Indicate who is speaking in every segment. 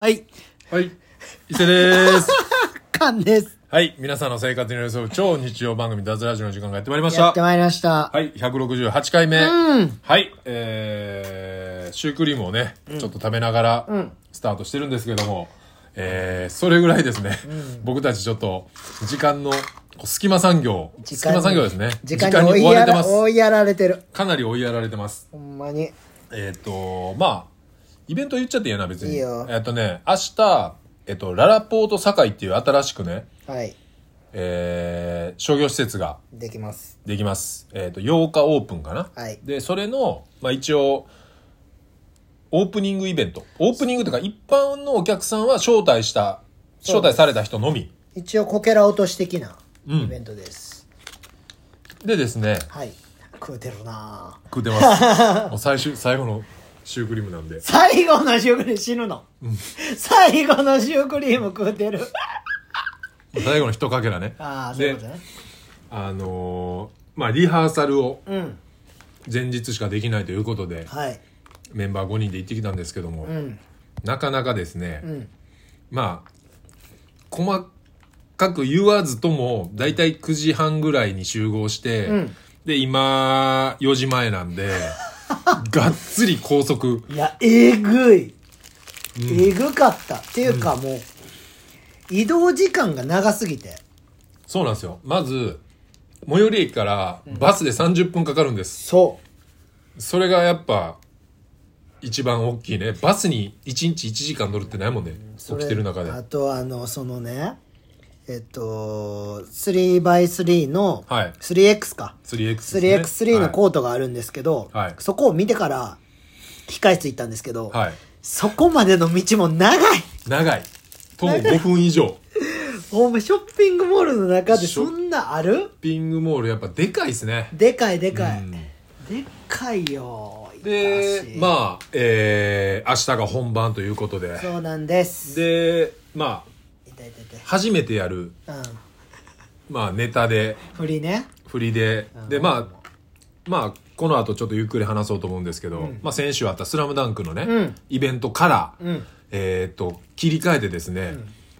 Speaker 1: はい。伊勢です。
Speaker 2: カンです。
Speaker 1: はい。皆さんの生活に寄り添う超日曜番組、ダズラジオの時間がやってまいりまし
Speaker 2: や
Speaker 1: た
Speaker 2: って。まいりました。
Speaker 1: はい。168回目。
Speaker 2: うん
Speaker 1: はい。えー、シュークリームをね、ちょっと食べながら、スタートしてるんですけども、えー、それぐらいですね、僕たちちょっと、時間の、隙間産業、
Speaker 2: 時
Speaker 1: 隙
Speaker 2: 間に
Speaker 1: 間産業ですね。
Speaker 2: 時間に追いやら追いやられてる。
Speaker 1: かなり追いやられてます。
Speaker 2: ほんまに。
Speaker 1: えっ、と、まあ、イベント言っちゃっていいよな、別に。
Speaker 2: いいよ
Speaker 1: えっとね、明日、えっと、ララポート堺っていう新しくね、
Speaker 2: はい。
Speaker 1: えー商業施設が
Speaker 2: できます。
Speaker 1: できます。えっと、8日オープンかな。
Speaker 2: はい
Speaker 1: で、それの、まあ一応、オープニングイベント。オープニングというか、一般のお客さんは招待した、
Speaker 2: そう
Speaker 1: 招
Speaker 2: です
Speaker 1: 待された人のみ。
Speaker 2: 一応、こけら落とし的な
Speaker 1: うん
Speaker 2: イベントです。
Speaker 1: でですね、
Speaker 2: はい。食うてるなぁ
Speaker 1: 食うて ます。もう最終、最後のシュークリームなんで。
Speaker 2: 最後のシュークリーム死ぬの。最後のシュークリーム食うて る。
Speaker 1: 最後の一かけらね。
Speaker 2: ああ、そういうことね。
Speaker 1: あのーまあリハーサルを
Speaker 2: うん。
Speaker 1: 前日しかできないということで、
Speaker 2: はい。
Speaker 1: メンバー5人で行ってきたんですけども、
Speaker 2: うん。
Speaker 1: なかなかですね、
Speaker 2: うん。
Speaker 1: まあ細かく言わずともだいたい9時半ぐらいに集合して、
Speaker 2: うん
Speaker 1: で今4時前なん でがっつり高速
Speaker 2: いや、えぐい。えぐかった。っていうか、もう、移動時間が長すぎて。
Speaker 1: そうなんですよまず最寄り駅からバスで30分かかるんです、
Speaker 2: そう。
Speaker 1: それがやっぱ一番大きいねバスに1日1時間乗るってないもんね起
Speaker 2: それ
Speaker 1: きてる中で
Speaker 2: あとあのそのねえっと 3x3 の、
Speaker 1: はい
Speaker 2: 3x か
Speaker 1: 3X ですね
Speaker 2: 3x3 のコートがあるんですけど、
Speaker 1: はい
Speaker 2: そこを見てから控室行ったんですけど、
Speaker 1: はい、はい、
Speaker 2: そこまでの道も長い
Speaker 1: 長い徒歩5分以上ショ
Speaker 2: ほんまショッピングモールの中で
Speaker 1: ショ
Speaker 2: そんなある
Speaker 1: ッピングモールやっぱでかいですね
Speaker 2: でかいでかい、
Speaker 1: うん
Speaker 2: でっかいよ
Speaker 1: で
Speaker 2: あ
Speaker 1: まあえー、明日が本番ということで
Speaker 2: そうなんです
Speaker 1: でまあ
Speaker 2: いたいたい
Speaker 1: 初めてやる、
Speaker 2: たうん
Speaker 1: まあ、ネタで
Speaker 2: フリーね
Speaker 1: 振りででまあまあこの後ちょっとゆっくり話そうと思うんですけど、まあ、先週あった「スラムダンクのね、
Speaker 2: うん
Speaker 1: イベントから、
Speaker 2: うん
Speaker 1: えーっと切り替えてですね、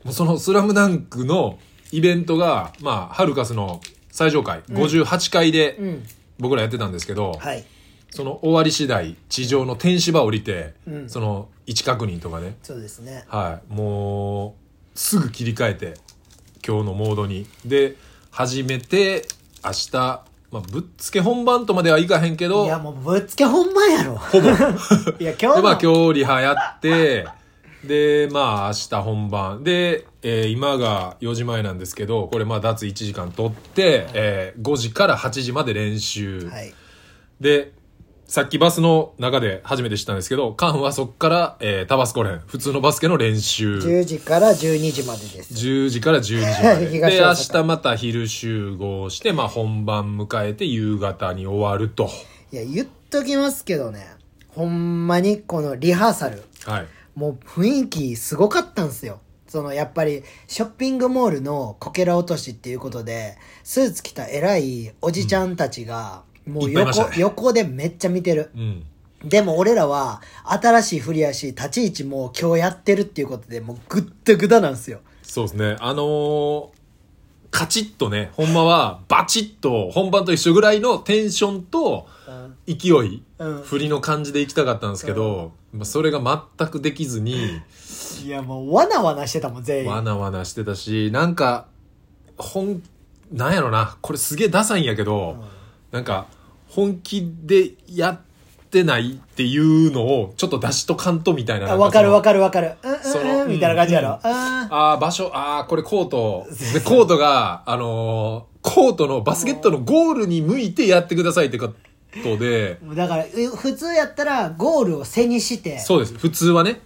Speaker 1: もうその「スラムダンクのイベントがまあハルカスの最上階、58階
Speaker 2: う
Speaker 1: で
Speaker 2: ん
Speaker 1: 僕らやってたんですけど、
Speaker 2: はい
Speaker 1: その終わり次第地上の天芝降りて、
Speaker 2: うん
Speaker 1: その位置確認とかね
Speaker 2: そうですね
Speaker 1: はいもうすぐ切り替えて今日のモードにで始めて明日、まあ、ぶっつけ本番とまではいかへんけど
Speaker 2: いやもうぶっつけ本番やろほぼ いや今日
Speaker 1: で
Speaker 2: の
Speaker 1: まあ今日リハやってでまあ明日本番で、えー今が4時前なんですけどこれまあ脱1時間取って、えー5時から8時まで練習、
Speaker 2: はい
Speaker 1: でさっきバスの中で初めて知ったんですけどカンはそっから、えータバスコ連普通のバスケの練習
Speaker 2: 10時から12時までです
Speaker 1: 10時から12時まで。
Speaker 2: 東
Speaker 1: で、
Speaker 2: 大
Speaker 1: 明
Speaker 2: 阪
Speaker 1: 日また昼集合して、まあ本番迎えて夕方に終わると。
Speaker 2: いや言っときますけどねほんまにこのリハーサル
Speaker 1: はい。
Speaker 2: もう雰囲気すごかったんすよそのやっぱりショッピングモールのこけら落としっていうことでスーツ着た偉いおじちゃんたちが、もう
Speaker 1: いっぱいい
Speaker 2: 横
Speaker 1: ましたね
Speaker 2: 横でめっちゃ見てる
Speaker 1: うん。
Speaker 2: でも俺らは新しい振りやし立ち位置も今日やってるっていうことでもうグッダグダなんすよ
Speaker 1: そうですね。あのーカチッとね、ほんまはバチッと本番と一緒ぐらいのテンションと勢い、
Speaker 2: うん
Speaker 1: 振りの感じで行きたかったんですけど、まあ、それが全くできずに、
Speaker 2: いやもうわなわなしてたもん全員
Speaker 1: わなわなしてたし、なんか、本、なんやろな、これすげえダサいんやけど、なんか、本気でやってないっていうのを、ちょっと出しとかんとみたいな。
Speaker 2: あわかるわ
Speaker 1: か
Speaker 2: かるわかる。うん
Speaker 1: そ
Speaker 2: うん
Speaker 1: の
Speaker 2: うんみたいな感じや
Speaker 1: うん
Speaker 2: ろ。あ
Speaker 1: ああ、場所、ああ、これコート。で、コートが、あのーコートのバスケットのゴールに向いてやってくださいってことで、
Speaker 2: あ。だから、う普通やったらゴールを背にして
Speaker 1: そうです。普通はね。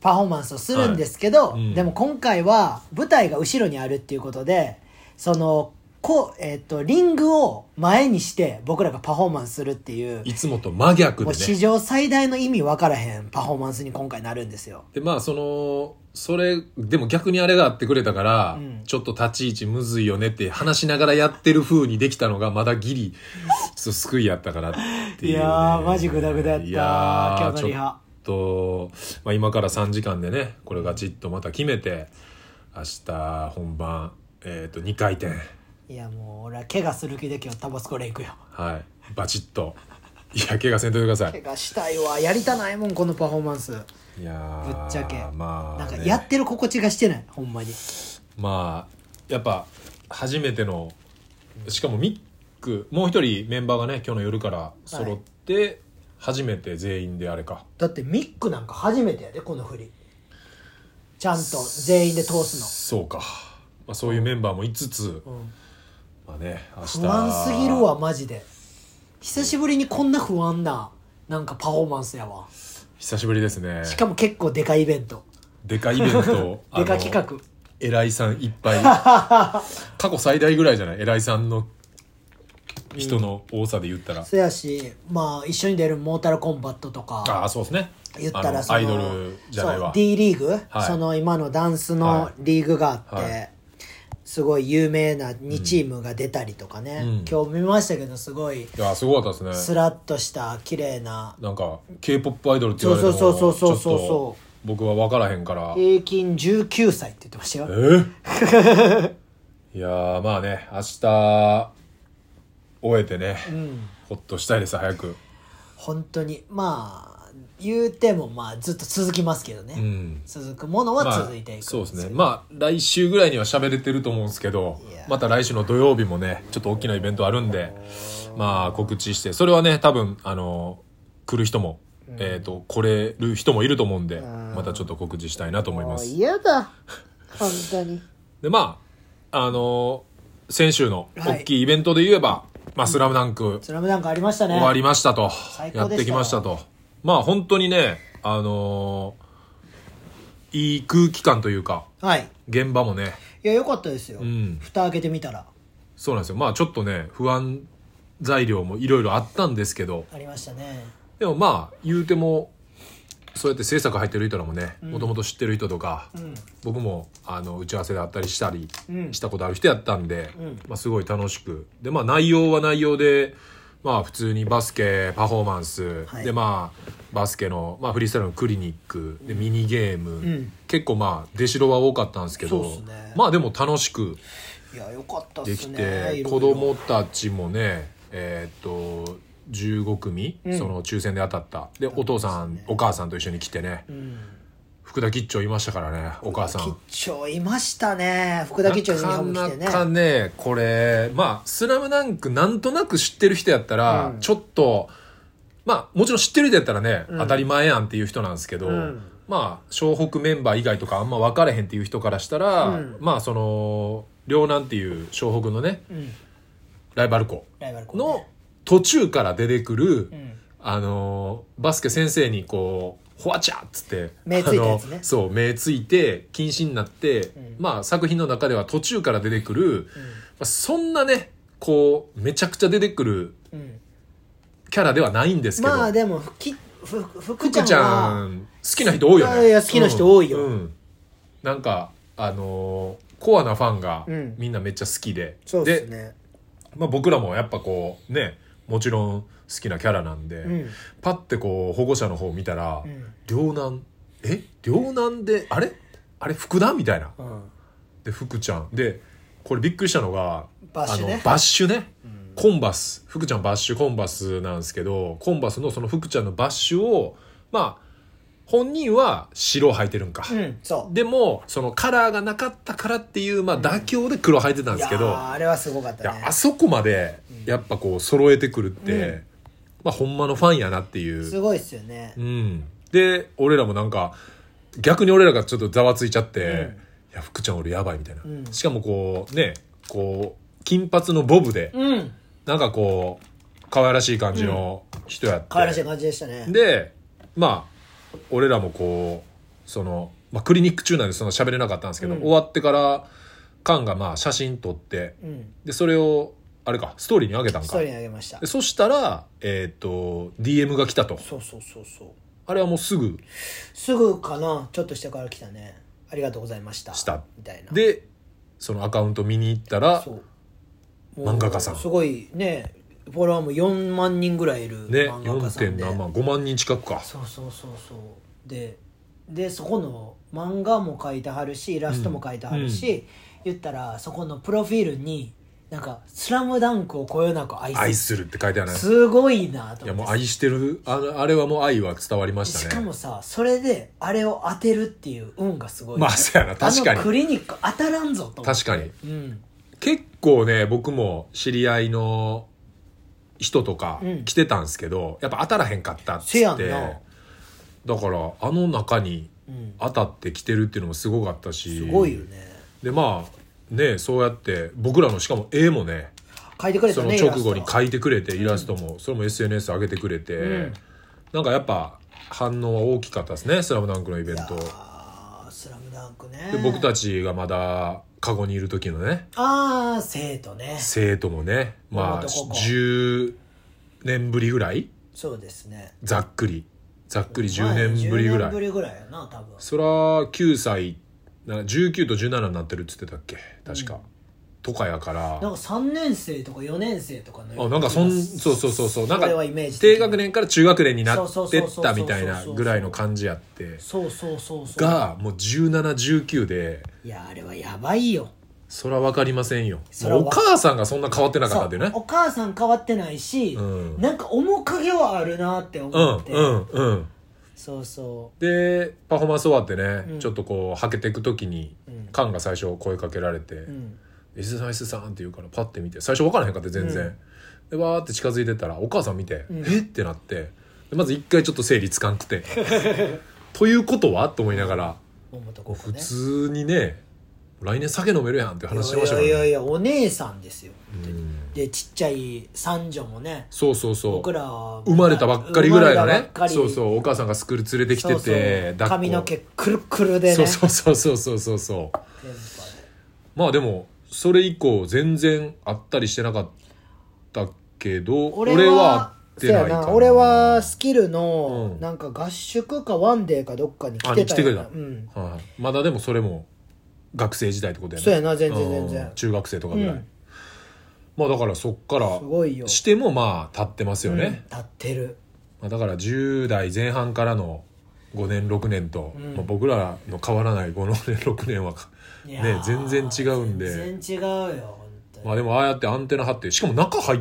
Speaker 2: パフォーマンスをするんですけど、
Speaker 1: はいうん
Speaker 2: でも今回は舞台が後ろにあるっていうことで、その、こう、えっ、と、リングを前にして僕らがパフォーマンスするっていう、
Speaker 1: いつもと真逆
Speaker 2: も
Speaker 1: で
Speaker 2: う史
Speaker 1: ね。
Speaker 2: 上最大の意味わからへんパフォーマンスに今回なるんですよ。
Speaker 1: で、まあ、その、それ、でも逆にあれがあってくれたから、
Speaker 2: うん
Speaker 1: ちょっと立ち位置むずいよねって話しながらやってる風にできたのが、まだギリ、ちょっと救いやったからっていう、
Speaker 2: いやー、マジグダグダやった。
Speaker 1: いやー
Speaker 2: 今日のリハ。
Speaker 1: ちょっと、まあ、今から3時間でねこれガチッとまた決めて明日本番、えー、と2回転
Speaker 2: いやもう俺は怪我する気で今日タバスコレ行くよ
Speaker 1: はいバチッといや怪我せんといてくださ
Speaker 2: 怪
Speaker 1: い
Speaker 2: 我したいわやりたないもんこのパフォーマンス
Speaker 1: いやー
Speaker 2: ぶっちゃけ
Speaker 1: まあ、
Speaker 2: なん
Speaker 1: ね、
Speaker 2: かやってる心地がしてないほんまに
Speaker 1: まあやっぱ初めてのしかもミックもう一人メンバーがね今日の夜から揃って、初めて全員であれか
Speaker 2: だってミックなんか初めてやでこの振りちゃんと全員で通す
Speaker 1: そうか、まあ、そういうメンバーも5つ、
Speaker 2: の、うん
Speaker 1: まあね明日
Speaker 2: 不安すぎるわマジで久しぶりにこんな不安ななんかパフォーマンスやわ
Speaker 1: 久しぶりですね
Speaker 2: しかも結構でかいイベント
Speaker 1: でかイ ベント
Speaker 2: でか企
Speaker 1: あの
Speaker 2: 画
Speaker 1: 偉いさんいっ ぱい過去最大ぐらいじゃない偉いさんの人の多さで言ったら、
Speaker 2: そやしまあ一緒に出るモータルコンバットと
Speaker 1: あ
Speaker 2: か
Speaker 1: あそうですね
Speaker 2: 言った
Speaker 1: あ
Speaker 2: ら
Speaker 1: の
Speaker 2: その
Speaker 1: アイドルじゃない
Speaker 2: そう
Speaker 1: わ
Speaker 2: D リーグ、
Speaker 1: はい
Speaker 2: その今のダンスの
Speaker 1: は
Speaker 2: リーグがあって、
Speaker 1: はい
Speaker 2: すごい有名な2チームが出たりとかね、
Speaker 1: うん
Speaker 2: 今日見ましたけどすごい
Speaker 1: いやすごかったです
Speaker 2: ス
Speaker 1: ね
Speaker 2: ラッとした綺麗な
Speaker 1: なんか k p o p アイドルって言われても
Speaker 2: そうそうそうそうそうそう
Speaker 1: ちょっと僕は分からへんからえ
Speaker 2: 平均19歳って言ってましたよ
Speaker 1: ー いやーまあね明日終えてね、
Speaker 2: うん
Speaker 1: ほっとしたいです早く
Speaker 2: 本当にまあ言うてもまあずっと続きますけどね、
Speaker 1: うん
Speaker 2: 続くものは続いていく、
Speaker 1: まあ、そうですねまあ来週ぐらいには喋れてると思うんですけど
Speaker 2: いや
Speaker 1: また来週の土曜日もねちょっと大きなイベントあるんでまあ告知してそれはね多分あの来る人も、えっ、と来れる人もいると思うんで
Speaker 2: ん
Speaker 1: またちょっと告知したいなと思いま
Speaker 2: もう
Speaker 1: す
Speaker 2: 嫌だ本当に
Speaker 1: でまああの先週の
Speaker 2: はい
Speaker 1: 大きいイベントで言えば「まあ、スラムダンク
Speaker 2: スラムダンクありましたね
Speaker 1: 終わりましたと、
Speaker 2: 最
Speaker 1: や
Speaker 2: 高でし
Speaker 1: っ
Speaker 2: たよ
Speaker 1: てきましたとまあ本当にねあのいい空気感というか
Speaker 2: はい
Speaker 1: 現場もね
Speaker 2: いや良かったですよ、
Speaker 1: ん
Speaker 2: 蓋開けてみたら
Speaker 1: そうなんですよまあちょっとね不安材料もいろいろあったんですけど
Speaker 2: ありましたね
Speaker 1: でもまあ言うてもそうやって制作入ってる人らもねもともと知ってる人とか、
Speaker 2: うん
Speaker 1: 僕もあの打ち合わせであったりしたり
Speaker 2: うん
Speaker 1: したことある人やったんで、
Speaker 2: うん
Speaker 1: まあ、すごい楽しくでまあ内容は内容でまあ普通にバスケパフォーマンス、
Speaker 2: はい
Speaker 1: でまあバスケの、まあ、フリースタイルのクリニックでミニゲーム、
Speaker 2: ん
Speaker 1: 結構まあ出しろは多かったんですけど
Speaker 2: そうっすね
Speaker 1: まあでも楽しく
Speaker 2: いや良かったっ
Speaker 1: ですき
Speaker 2: ね
Speaker 1: て
Speaker 2: いろいろ
Speaker 1: 子供たちもねえーっと15組、その抽選で当たったでお父さん、お母さんと一緒に来てね、
Speaker 2: うん
Speaker 1: 福田吉兆いましたからねお母さ
Speaker 2: 吉
Speaker 1: ん
Speaker 2: 兆いましたね福田吉兆ユニフォーム着てね
Speaker 1: なかなかねこれまあ「スラムダンクなんとなく知ってる人やったら、
Speaker 2: うん
Speaker 1: ちょっとまあもちろん知ってる人やったらね、当たり前やんっていう人なんですけど、
Speaker 2: ん
Speaker 1: まあ湘北メンバー以外とかあんま分かれへんっていう人からしたら、
Speaker 2: うん
Speaker 1: まあその両南っていう湘北のね
Speaker 2: うん
Speaker 1: ライバル校
Speaker 2: ライバル校ね
Speaker 1: の途中から出てくる、
Speaker 2: うん
Speaker 1: あのーバスケ先生にこう「ほわちゃ!」っつって
Speaker 2: 目ついたやつね
Speaker 1: あのそう目ついて禁止になって、
Speaker 2: ん
Speaker 1: まあ作品の中では途中から出てくる、まあ、そんなねこうめちゃくちゃ出てくる
Speaker 2: うんうん
Speaker 1: キャラではないんですけど、
Speaker 2: まあでもふきふ福
Speaker 1: 福
Speaker 2: ちゃん
Speaker 1: ちゃ
Speaker 2: は
Speaker 1: ん好きな人多いよ
Speaker 2: いや
Speaker 1: ね
Speaker 2: いや好きな人多いよ
Speaker 1: うんうんなんかあのーコアなファンが
Speaker 2: うん
Speaker 1: みんなめっちゃ好きで、
Speaker 2: そうで
Speaker 1: です
Speaker 2: ね
Speaker 1: まあ、僕らもやっぱこうねもちろん好きなキャラなんで、
Speaker 2: うん
Speaker 1: パッてこう保護者の方見たら、
Speaker 2: うん
Speaker 1: 両南え両南であれあれ福田みたいな
Speaker 2: うん
Speaker 1: で福ちゃんでこれびっくりしたのが
Speaker 2: バッシュね
Speaker 1: あのバッシュね、コンバス福ちゃんバッシュコンバスなんですけどコンバスのその福ちゃんのバッシュをまあ本人は白履いてるんか、
Speaker 2: うんそう
Speaker 1: でもそのカラーがなかったからっていう、まあ、妥協で黒履いてたんですけど、
Speaker 2: いやーあれはすごかっ
Speaker 1: い
Speaker 2: たね
Speaker 1: やあそこまでやっぱこう揃えてくるって、
Speaker 2: うん
Speaker 1: まあほんまのファンやなっていう
Speaker 2: すごいっすよね
Speaker 1: うん、で俺らもなんか逆に俺らがちょっとざわついちゃっ
Speaker 2: ん
Speaker 1: て「いや福ちゃん俺やばい」みたいな、
Speaker 2: うん
Speaker 1: しかもこうねこう金髪のボブで、
Speaker 2: うん
Speaker 1: なんかこう可愛らしい感じの人やって、
Speaker 2: 可愛らしい感じでしたね
Speaker 1: でまあ俺らもこうその、まあ、クリニック中なんでその喋れなかったんですけど、
Speaker 2: うん
Speaker 1: 終わってからカンがまあ写真撮って
Speaker 2: うん
Speaker 1: でそれをあれかストーリーに上げたん
Speaker 2: ス
Speaker 1: か
Speaker 2: トーリーにあげました
Speaker 1: でそしたらえっ、と DM が来たと
Speaker 2: そうそうそうそう
Speaker 1: あれはもうすぐ
Speaker 2: すぐかなちょっとしてから来たねありがとうございました
Speaker 1: した
Speaker 2: みたいな
Speaker 1: でそのアカウント見に行ったら
Speaker 2: そう
Speaker 1: 漫画家さん
Speaker 2: すごいねフォロワーも4万人ぐらいいる
Speaker 1: ね
Speaker 2: 漫画家さんで、
Speaker 1: 4.7万5万人近くか
Speaker 2: そうそうそうそうででそこの漫画も書いてはるしイラストも書いてはるし、言ったらそこのプロフィールになんか「スラムダンクをこよなく愛する」
Speaker 1: 愛するって書いてあるね
Speaker 2: すごいなと思って
Speaker 1: いやもう愛してるあのあれはもう愛は伝わりましたね
Speaker 2: しかもさそれであれを当てるっていう運がすごい
Speaker 1: まあそうやな確か
Speaker 2: あのク
Speaker 1: に
Speaker 2: リニック当たらんぞと
Speaker 1: 確かに
Speaker 2: にうん
Speaker 1: 結構ね僕も知り合いの人とか
Speaker 2: うん
Speaker 1: 来てたんですけど、やっぱ当たらへんかったっつ
Speaker 2: せや
Speaker 1: っ
Speaker 2: ん
Speaker 1: て
Speaker 2: な
Speaker 1: だからあの中に
Speaker 2: うん
Speaker 1: 当たってきてるっていうのもすごかったし
Speaker 2: すごいよね
Speaker 1: でまあねそうやって僕らのしかも絵もね
Speaker 2: 書いてくれた
Speaker 1: その
Speaker 2: ね
Speaker 1: 直後に
Speaker 2: い
Speaker 1: 書いてくれてイラストもそれも SNS 上げてくれて、
Speaker 2: うん
Speaker 1: なんかやっぱ反応は大きかったですね「スラムダンクのイベント
Speaker 2: ああスラムダンクね
Speaker 1: で僕た
Speaker 2: ち
Speaker 1: ちがまだカゴにいる時のね
Speaker 2: ああ生徒ね
Speaker 1: 生徒もねまあ
Speaker 2: 山本高校
Speaker 1: 10年ぶりぐらい
Speaker 2: そうですね
Speaker 1: ざっくりざっくり
Speaker 2: まあ
Speaker 1: 10年ぶりぐ
Speaker 2: 10年
Speaker 1: ら
Speaker 2: ぶ
Speaker 1: い
Speaker 2: りぐらいやな多分
Speaker 1: そら9歳な19と17になってるっつってたっけ確か、とかやから
Speaker 2: なんか3年生とか4年生とかの
Speaker 1: あなんかそんそうそうそうそうなんか
Speaker 2: それはイメージ的に
Speaker 1: 低学年から中学年にな
Speaker 2: そう
Speaker 1: っ
Speaker 2: そう
Speaker 1: て
Speaker 2: そう
Speaker 1: っ
Speaker 2: そうそう
Speaker 1: たみたいなぐらいの感じやって
Speaker 2: そうそうそうそう
Speaker 1: がもう1719で
Speaker 2: いやあれはやばいよ
Speaker 1: そら分かりませんよ
Speaker 2: そら
Speaker 1: もう
Speaker 2: わ
Speaker 1: お母さんがそんな変わってなかった
Speaker 2: そ
Speaker 1: んで
Speaker 2: う
Speaker 1: ね
Speaker 2: お母さん変わってないし、
Speaker 1: うん
Speaker 2: なんか面影はあるなって
Speaker 1: う
Speaker 2: 思
Speaker 1: ん
Speaker 2: って、
Speaker 1: うんうん
Speaker 2: そうそ
Speaker 1: でパフォーマンス終わってね、
Speaker 2: うん
Speaker 1: ちょっとこうはけていく時に、
Speaker 2: うん
Speaker 1: カンが最初声かけられて
Speaker 2: う、うん、
Speaker 1: 「伊豆さん伊豆さん」って言うからパッて見て最初分からへんかった全然、でわーって近づいてったらお母さん見て「
Speaker 2: うん
Speaker 1: えっ?」てなってでまず一回ちょっと整理つかんくて 「ということは?」と思いながら
Speaker 2: 桃とここ
Speaker 1: 普
Speaker 2: ね
Speaker 1: 通にね来年酒飲めるやんって話してましたか
Speaker 2: いやい
Speaker 1: ら
Speaker 2: やい
Speaker 1: ね
Speaker 2: やお姉さんですよ
Speaker 1: うん
Speaker 2: でちっちゃい三女もね
Speaker 1: そうそうそ
Speaker 2: 僕
Speaker 1: う
Speaker 2: らは
Speaker 1: 生まれたばっかりぐら
Speaker 2: 生まれ
Speaker 1: いの
Speaker 2: たば
Speaker 1: ね
Speaker 2: っかり
Speaker 1: そうそうお母さんがスクール連れてきて
Speaker 2: そうそう
Speaker 1: て抱っこ
Speaker 2: 髪の毛くるくるでね
Speaker 1: そうそうそうそうそうそうそう
Speaker 2: テンパで
Speaker 1: まあでもそれ以降全然会ったりしてなかったけど俺は
Speaker 2: そ
Speaker 1: 会
Speaker 2: うや
Speaker 1: ってないか
Speaker 2: な
Speaker 1: な
Speaker 2: 俺はスキルの、
Speaker 1: うん
Speaker 2: なんか合宿かワンデーかどっかに来てたよ
Speaker 1: あ来てくれた
Speaker 2: うん、
Speaker 1: はい、まだでもそれも学生時代ってことやね
Speaker 2: そうやな全然全
Speaker 1: うん
Speaker 2: 然
Speaker 1: 中学生とかぐらい、
Speaker 2: うん
Speaker 1: まあだからそっから
Speaker 2: すごいよ
Speaker 1: してもまあ経ってますよ
Speaker 2: うん
Speaker 1: ね、
Speaker 2: 立ってる
Speaker 1: まあ、だから10代前半からの5年6年と、
Speaker 2: うん
Speaker 1: まあ、僕らの変わらない5年6年はか
Speaker 2: いやー
Speaker 1: 全然違うんで
Speaker 2: 全然違うよ本当に
Speaker 1: まあでもああやってアンテナ張ってしかも中入っ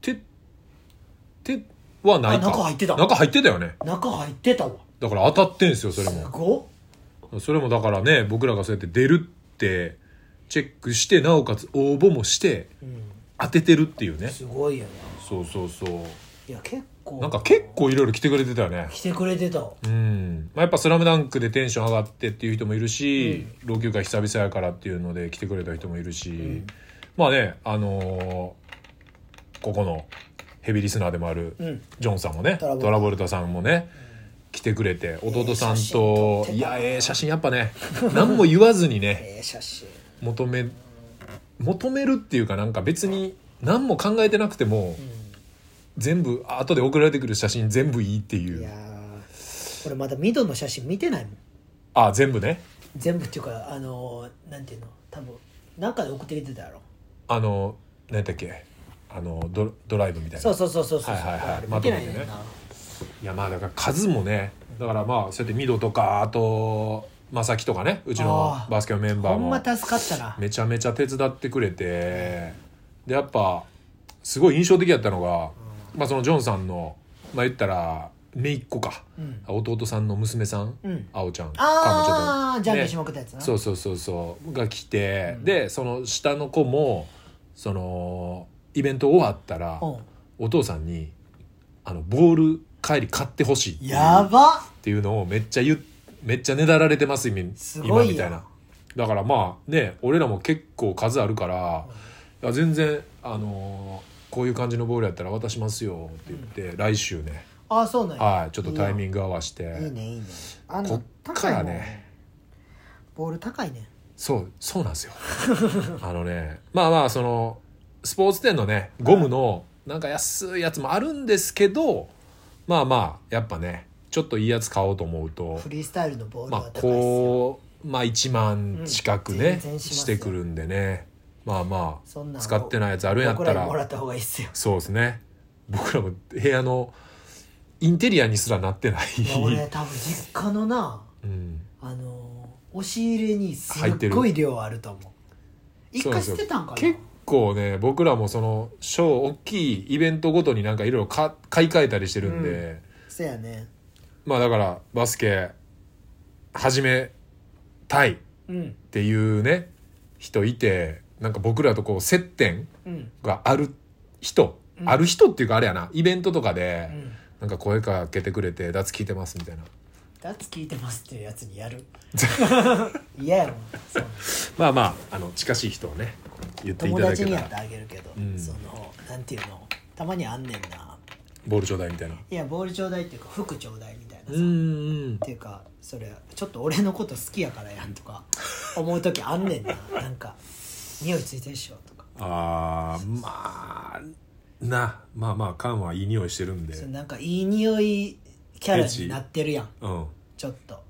Speaker 1: てってはないか
Speaker 2: あ中入ってた
Speaker 1: 中入ってたよね
Speaker 2: 中入ってたわ
Speaker 1: だから当たってんすよそれ
Speaker 2: す
Speaker 1: も
Speaker 2: ごっ
Speaker 1: それもだからね僕らがそうやって出るってチェックしてなおかつ応募もして
Speaker 2: うん
Speaker 1: 当ててるっていうね
Speaker 2: すごいよな
Speaker 1: そうそうそう
Speaker 2: いや結構
Speaker 1: なんか結構いろいろ来てくれてたよね
Speaker 2: 来てくれてた
Speaker 1: うん、まあ、やっぱ「スラムダンクでテンション上がってっていう人もいるし、老朽化久々やからっていうので来てくれた人もいるし、
Speaker 2: ん
Speaker 1: まあねあのーここのヘビーリスナーでもある
Speaker 2: うん
Speaker 1: ジョンさんもね、
Speaker 2: トラボルタ
Speaker 1: トラボルタさんもね、来てくれて弟さ
Speaker 2: ええ写
Speaker 1: んと、
Speaker 2: 真撮ってた
Speaker 1: いやええ写真やっぱね何も言わずに ね
Speaker 2: ええ写真
Speaker 1: 求め求めるっていうかなんか別に何も考えてなくても、全部後で送られてくる写真全部いいってい
Speaker 2: いうやー俺まだミドの写真見てないもん
Speaker 1: あ全部ね
Speaker 2: 全部っていうかあのーなんていうの多分なんかで送ってきてたやろ
Speaker 1: あの何やったっけあのドドライブみたいな
Speaker 2: そうそうそうそうそう
Speaker 1: はいはいはい
Speaker 2: あれ見てないねんな、
Speaker 1: まいやまあだから数もねだからまあそうやってミドとかあとまさきとかねうちの
Speaker 2: あー
Speaker 1: バスケのメンバ
Speaker 2: ほ
Speaker 1: ー
Speaker 2: ん
Speaker 1: も
Speaker 2: ま助かったな
Speaker 1: めちゃめちゃ手伝ってくれてでやっぱすごい印象的やったのが、まあ、そのジョンさんのまあ言ったら姪っ子か、
Speaker 2: うん
Speaker 1: 弟さんの娘さん、
Speaker 2: うん
Speaker 1: あおちゃん
Speaker 2: ああ
Speaker 1: 彼女と
Speaker 2: じゃんけんしまくったやつな、
Speaker 1: そうそうそうそうが来て、でその下の子もそのイベント終わったら、
Speaker 2: うん
Speaker 1: お父さんにあのボール帰り買ってほしいっていう
Speaker 2: やば
Speaker 1: っていうのをめっちゃ言っめっちゃねだられてます今
Speaker 2: すごい
Speaker 1: 今
Speaker 2: よ
Speaker 1: みたいなだからまあね俺らも結構数あるから、いや全然あのーこういう感じのボールやったら渡しますよって言って、来週ね、
Speaker 2: ああそうなんや
Speaker 1: はい、ちょっとタイミ
Speaker 2: ン
Speaker 1: ング合わせて
Speaker 2: いいねいいねあ
Speaker 1: こ
Speaker 2: の
Speaker 1: っ
Speaker 2: 高
Speaker 1: か
Speaker 2: いも
Speaker 1: ら
Speaker 2: ん
Speaker 1: ね
Speaker 2: ボール高いね
Speaker 1: そうそうなんですよ あのねまあまあそのスポーツ店のねゴムのなんか安いやつもあるんですけどまあまあやっぱねちょっといいやつ買おうと思うと
Speaker 2: フリースタイルのボール
Speaker 1: まあ
Speaker 2: は高いっすよ、
Speaker 1: こうまあ1万近く
Speaker 2: うん
Speaker 1: ね、
Speaker 2: 全然しますよ
Speaker 1: してくるんでねまあま
Speaker 2: そんな
Speaker 1: あ
Speaker 2: んを
Speaker 1: 使ってないやつあるんやった
Speaker 2: 僕ら
Speaker 1: ら
Speaker 2: にもらった方がいいっすよ
Speaker 1: そうですね僕らも部屋のインテリアにすらなってない
Speaker 2: いや俺多分実家のな
Speaker 1: うん
Speaker 2: あのー押し入れにすっごい量あると思う一
Speaker 1: そうなん
Speaker 2: 回
Speaker 1: です
Speaker 2: 捨て
Speaker 1: よ
Speaker 2: たんかな
Speaker 1: 結構ね僕らもそのショー大きいイベントごとになんかいろいろか買い替えたりしてるんで、
Speaker 2: そやね
Speaker 1: まあだからバスケ始めたいっ
Speaker 2: うん
Speaker 1: ていうね人いてなんか僕らとこう接点
Speaker 2: うん
Speaker 1: がある人、
Speaker 2: うん
Speaker 1: ある人っていうかあれやなイベントとか
Speaker 2: う
Speaker 1: で
Speaker 2: ん
Speaker 1: なんか声かけてくれて「脱聞いてます」みたいな
Speaker 2: 「ダツ聞いてます」っていうやつに やる嫌やもんそんな
Speaker 1: まあまああの近しい人をね言ってい
Speaker 2: 友
Speaker 1: ただ
Speaker 2: 達
Speaker 1: け
Speaker 2: に
Speaker 1: た
Speaker 2: やって
Speaker 1: ら
Speaker 2: あげるけど、
Speaker 1: うん
Speaker 2: そのなんていうのたまにあんねんな
Speaker 1: ボールちょうだいみたいない
Speaker 2: やボールちょうだいっていうか服ちょうだいみたいなさ、
Speaker 1: う
Speaker 2: っ
Speaker 1: んうん
Speaker 2: ていうかそれちょっと俺のこと好きやからやんとか思う時あんねんななんか匂いついてるっしょとか
Speaker 1: あーまあなまあまあ缶はいい匂いしてるんで
Speaker 2: それなんかいい匂いキャラになってるやん
Speaker 1: うん
Speaker 2: ちょっと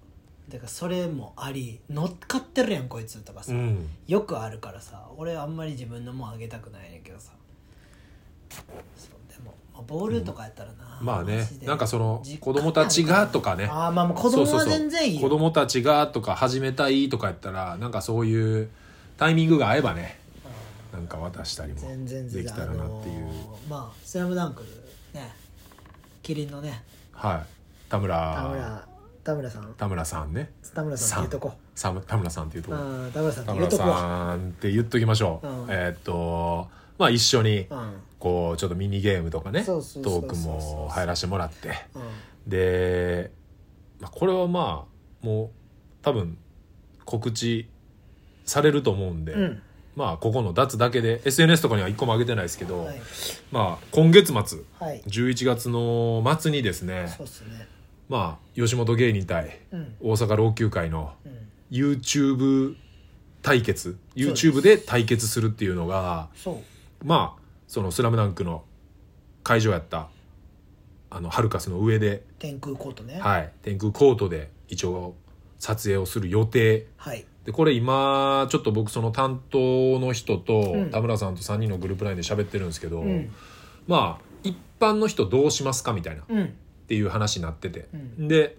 Speaker 2: だからそれもあり乗っかってるやんこいつとかさ、
Speaker 1: うん
Speaker 2: よくあるからさ俺あんまり自分のもんあげたくないねんけどさそうでも、まあ、ボールとかやったらな、
Speaker 1: まあ
Speaker 2: マ
Speaker 1: ね
Speaker 2: ジで
Speaker 1: なんかその
Speaker 2: 実家
Speaker 1: 子供たちがとかね
Speaker 2: ああまあまあ子供
Speaker 1: そう
Speaker 2: は
Speaker 1: そうそう
Speaker 2: 全然いいよ
Speaker 1: 子供たちがとか始めたいとかやったらなんかそういうタイミングが合えばねなんか渡したりも
Speaker 2: 全然
Speaker 1: で
Speaker 2: 全
Speaker 1: き
Speaker 2: 然
Speaker 1: たらなっていう、
Speaker 2: あのーまあ「スラムダンクねキリンのね
Speaker 1: はい田
Speaker 2: 田
Speaker 1: 村
Speaker 2: 村田村さん
Speaker 1: 田村さんね
Speaker 2: 田村さんっていうとこ
Speaker 1: さん田村さんっていうと
Speaker 2: う
Speaker 1: こ
Speaker 2: ん田村さんって
Speaker 1: 田
Speaker 2: いう
Speaker 1: 村
Speaker 2: とこは
Speaker 1: さんって言っときましょう、
Speaker 2: うん
Speaker 1: えーっとまあ一緒に
Speaker 2: うん
Speaker 1: こうちょっとミニゲームとかね
Speaker 2: そ
Speaker 1: ト
Speaker 2: うそうそうそう
Speaker 1: ークも入らせてもらって
Speaker 2: うん
Speaker 1: で、まあ、これはまあもう多分告知されると思うんで、
Speaker 2: うん
Speaker 1: まあここの脱だけで SNS とかには一個も上げてないですけど、
Speaker 2: はい
Speaker 1: まあ今月末
Speaker 2: はい
Speaker 1: 11月の末にですね
Speaker 2: そうっすね
Speaker 1: まあ吉本芸人対
Speaker 2: うん
Speaker 1: 大阪老朽会の
Speaker 2: うん
Speaker 1: YouTube 対決
Speaker 2: です
Speaker 1: YouTube で対決するっていうのが
Speaker 2: そう
Speaker 1: まあその「スラムダンクの会場やったあのハルカスの上で、
Speaker 2: 天空コートね
Speaker 1: はい、天空コートで一応撮影をする予定
Speaker 2: はい
Speaker 1: でこれ今ちょっと僕その担当の人
Speaker 2: う
Speaker 1: と
Speaker 2: ん
Speaker 1: 田村さんと3人のグループラインで喋ってるんですけど、
Speaker 2: うん
Speaker 1: まあ一般の人どうしますかみたいなっ
Speaker 2: うん
Speaker 1: ていう話になってて
Speaker 2: う、ん
Speaker 1: で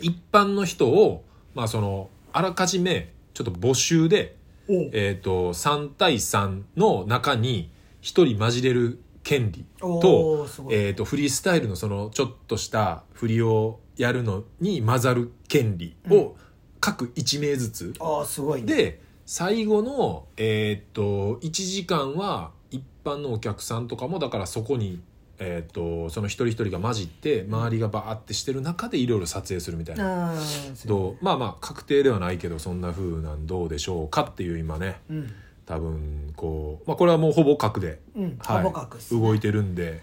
Speaker 1: 一般の人を、まあ、そのあらかじめちょっと募集で、
Speaker 2: おう
Speaker 1: えー、と3対3の中に1人混じれる権利と,、
Speaker 2: おーすごい
Speaker 1: えー、とフリースタイルのそのちょっとした振りをやるのに混ざる権利を各1名ずつ、
Speaker 2: ああすごいね
Speaker 1: で最後の、えー、と1時間は一般のお客さんとかもだからそこに、えー、とその一人一人が混じって周りがバーってしてる中でいろいろ撮影するみたいな。
Speaker 2: ああす
Speaker 1: ど
Speaker 2: ご
Speaker 1: うまあまあ確定ではないけどそんな風なんどうでしょうかっていう今ね
Speaker 2: いうん
Speaker 1: 多分こう、まあ、これはもうほぼ角で、
Speaker 2: うん
Speaker 1: は
Speaker 2: カ
Speaker 1: い
Speaker 2: ボカクっすね
Speaker 1: 動いてるんで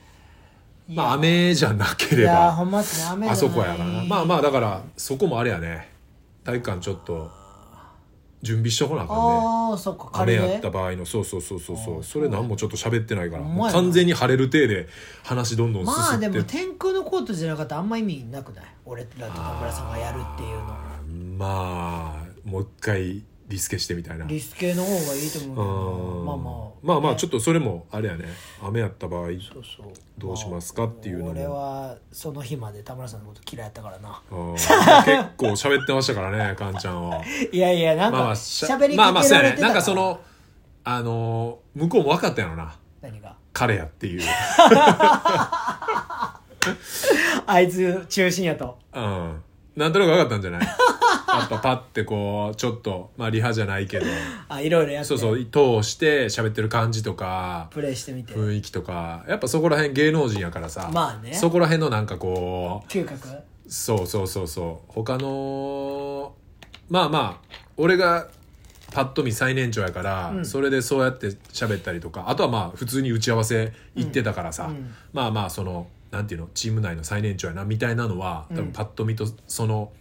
Speaker 2: いや
Speaker 1: まあ雨じゃなけ
Speaker 2: い
Speaker 1: れ
Speaker 2: やーほ
Speaker 1: ば
Speaker 2: んまっすね雨じゃない
Speaker 1: あそこやからなまあまあだからそこもあれやね体育館ちょっと準備しとこなあかんね
Speaker 2: ああそっか
Speaker 1: 雨
Speaker 2: ね
Speaker 1: やった場合のそうそうそうそう
Speaker 2: あ
Speaker 1: そ
Speaker 2: ー
Speaker 1: うそれ何もちょっと喋ってないから
Speaker 2: ほんまやな
Speaker 1: 完全に晴れる体で話どんどん進
Speaker 2: まあで
Speaker 1: んで
Speaker 2: も天空のコートじゃなかったらあんま意味なくない俺らと田村さんがやるっていうの
Speaker 1: あーまあもう一回リスケしてみたいな
Speaker 2: リス系の方がいいと思うけどまあまあ
Speaker 1: まあまあちょ
Speaker 2: っ
Speaker 1: っとそれもあれやね雨やった場合
Speaker 2: とそうそう
Speaker 1: どうしますかっていうのも
Speaker 2: 俺はその日まで田村さんのこと嫌いやったからな
Speaker 1: あー結構喋ってましたからねカンちゃんは。
Speaker 2: いやいやなん
Speaker 1: まあま
Speaker 2: か
Speaker 1: あしゃ
Speaker 2: 喋り
Speaker 1: まあ
Speaker 2: か
Speaker 1: まあ
Speaker 2: け
Speaker 1: そう
Speaker 2: られ
Speaker 1: やね
Speaker 2: てた
Speaker 1: なん
Speaker 2: ら
Speaker 1: かそのあのー向こうも分かったやろな
Speaker 2: 何が
Speaker 1: 彼やっていう、
Speaker 2: あいつ中心やと
Speaker 1: うん、なんとなく分かったんじゃないやっぱパッてこうちょっとまあリハじゃないけど
Speaker 2: あいろいろやって
Speaker 1: そうそう通して喋ってる感じとか
Speaker 2: プレイしてみて
Speaker 1: 雰囲気とかやっぱそこら辺芸能人やからさ、
Speaker 2: まあね
Speaker 1: そこら辺のなんかこう
Speaker 2: 嗅覚
Speaker 1: そうそうそうそう他のまあまあ俺がパッと見最年長やから、
Speaker 2: うん
Speaker 1: それでそうやって喋ったりとかあとはまあ普通に打ち合わせ行ってたからさ、
Speaker 2: うんうん
Speaker 1: まあまあそのなんていうのチーム内の最年長やなみたいなのは多
Speaker 2: うん
Speaker 1: 分パッと見とその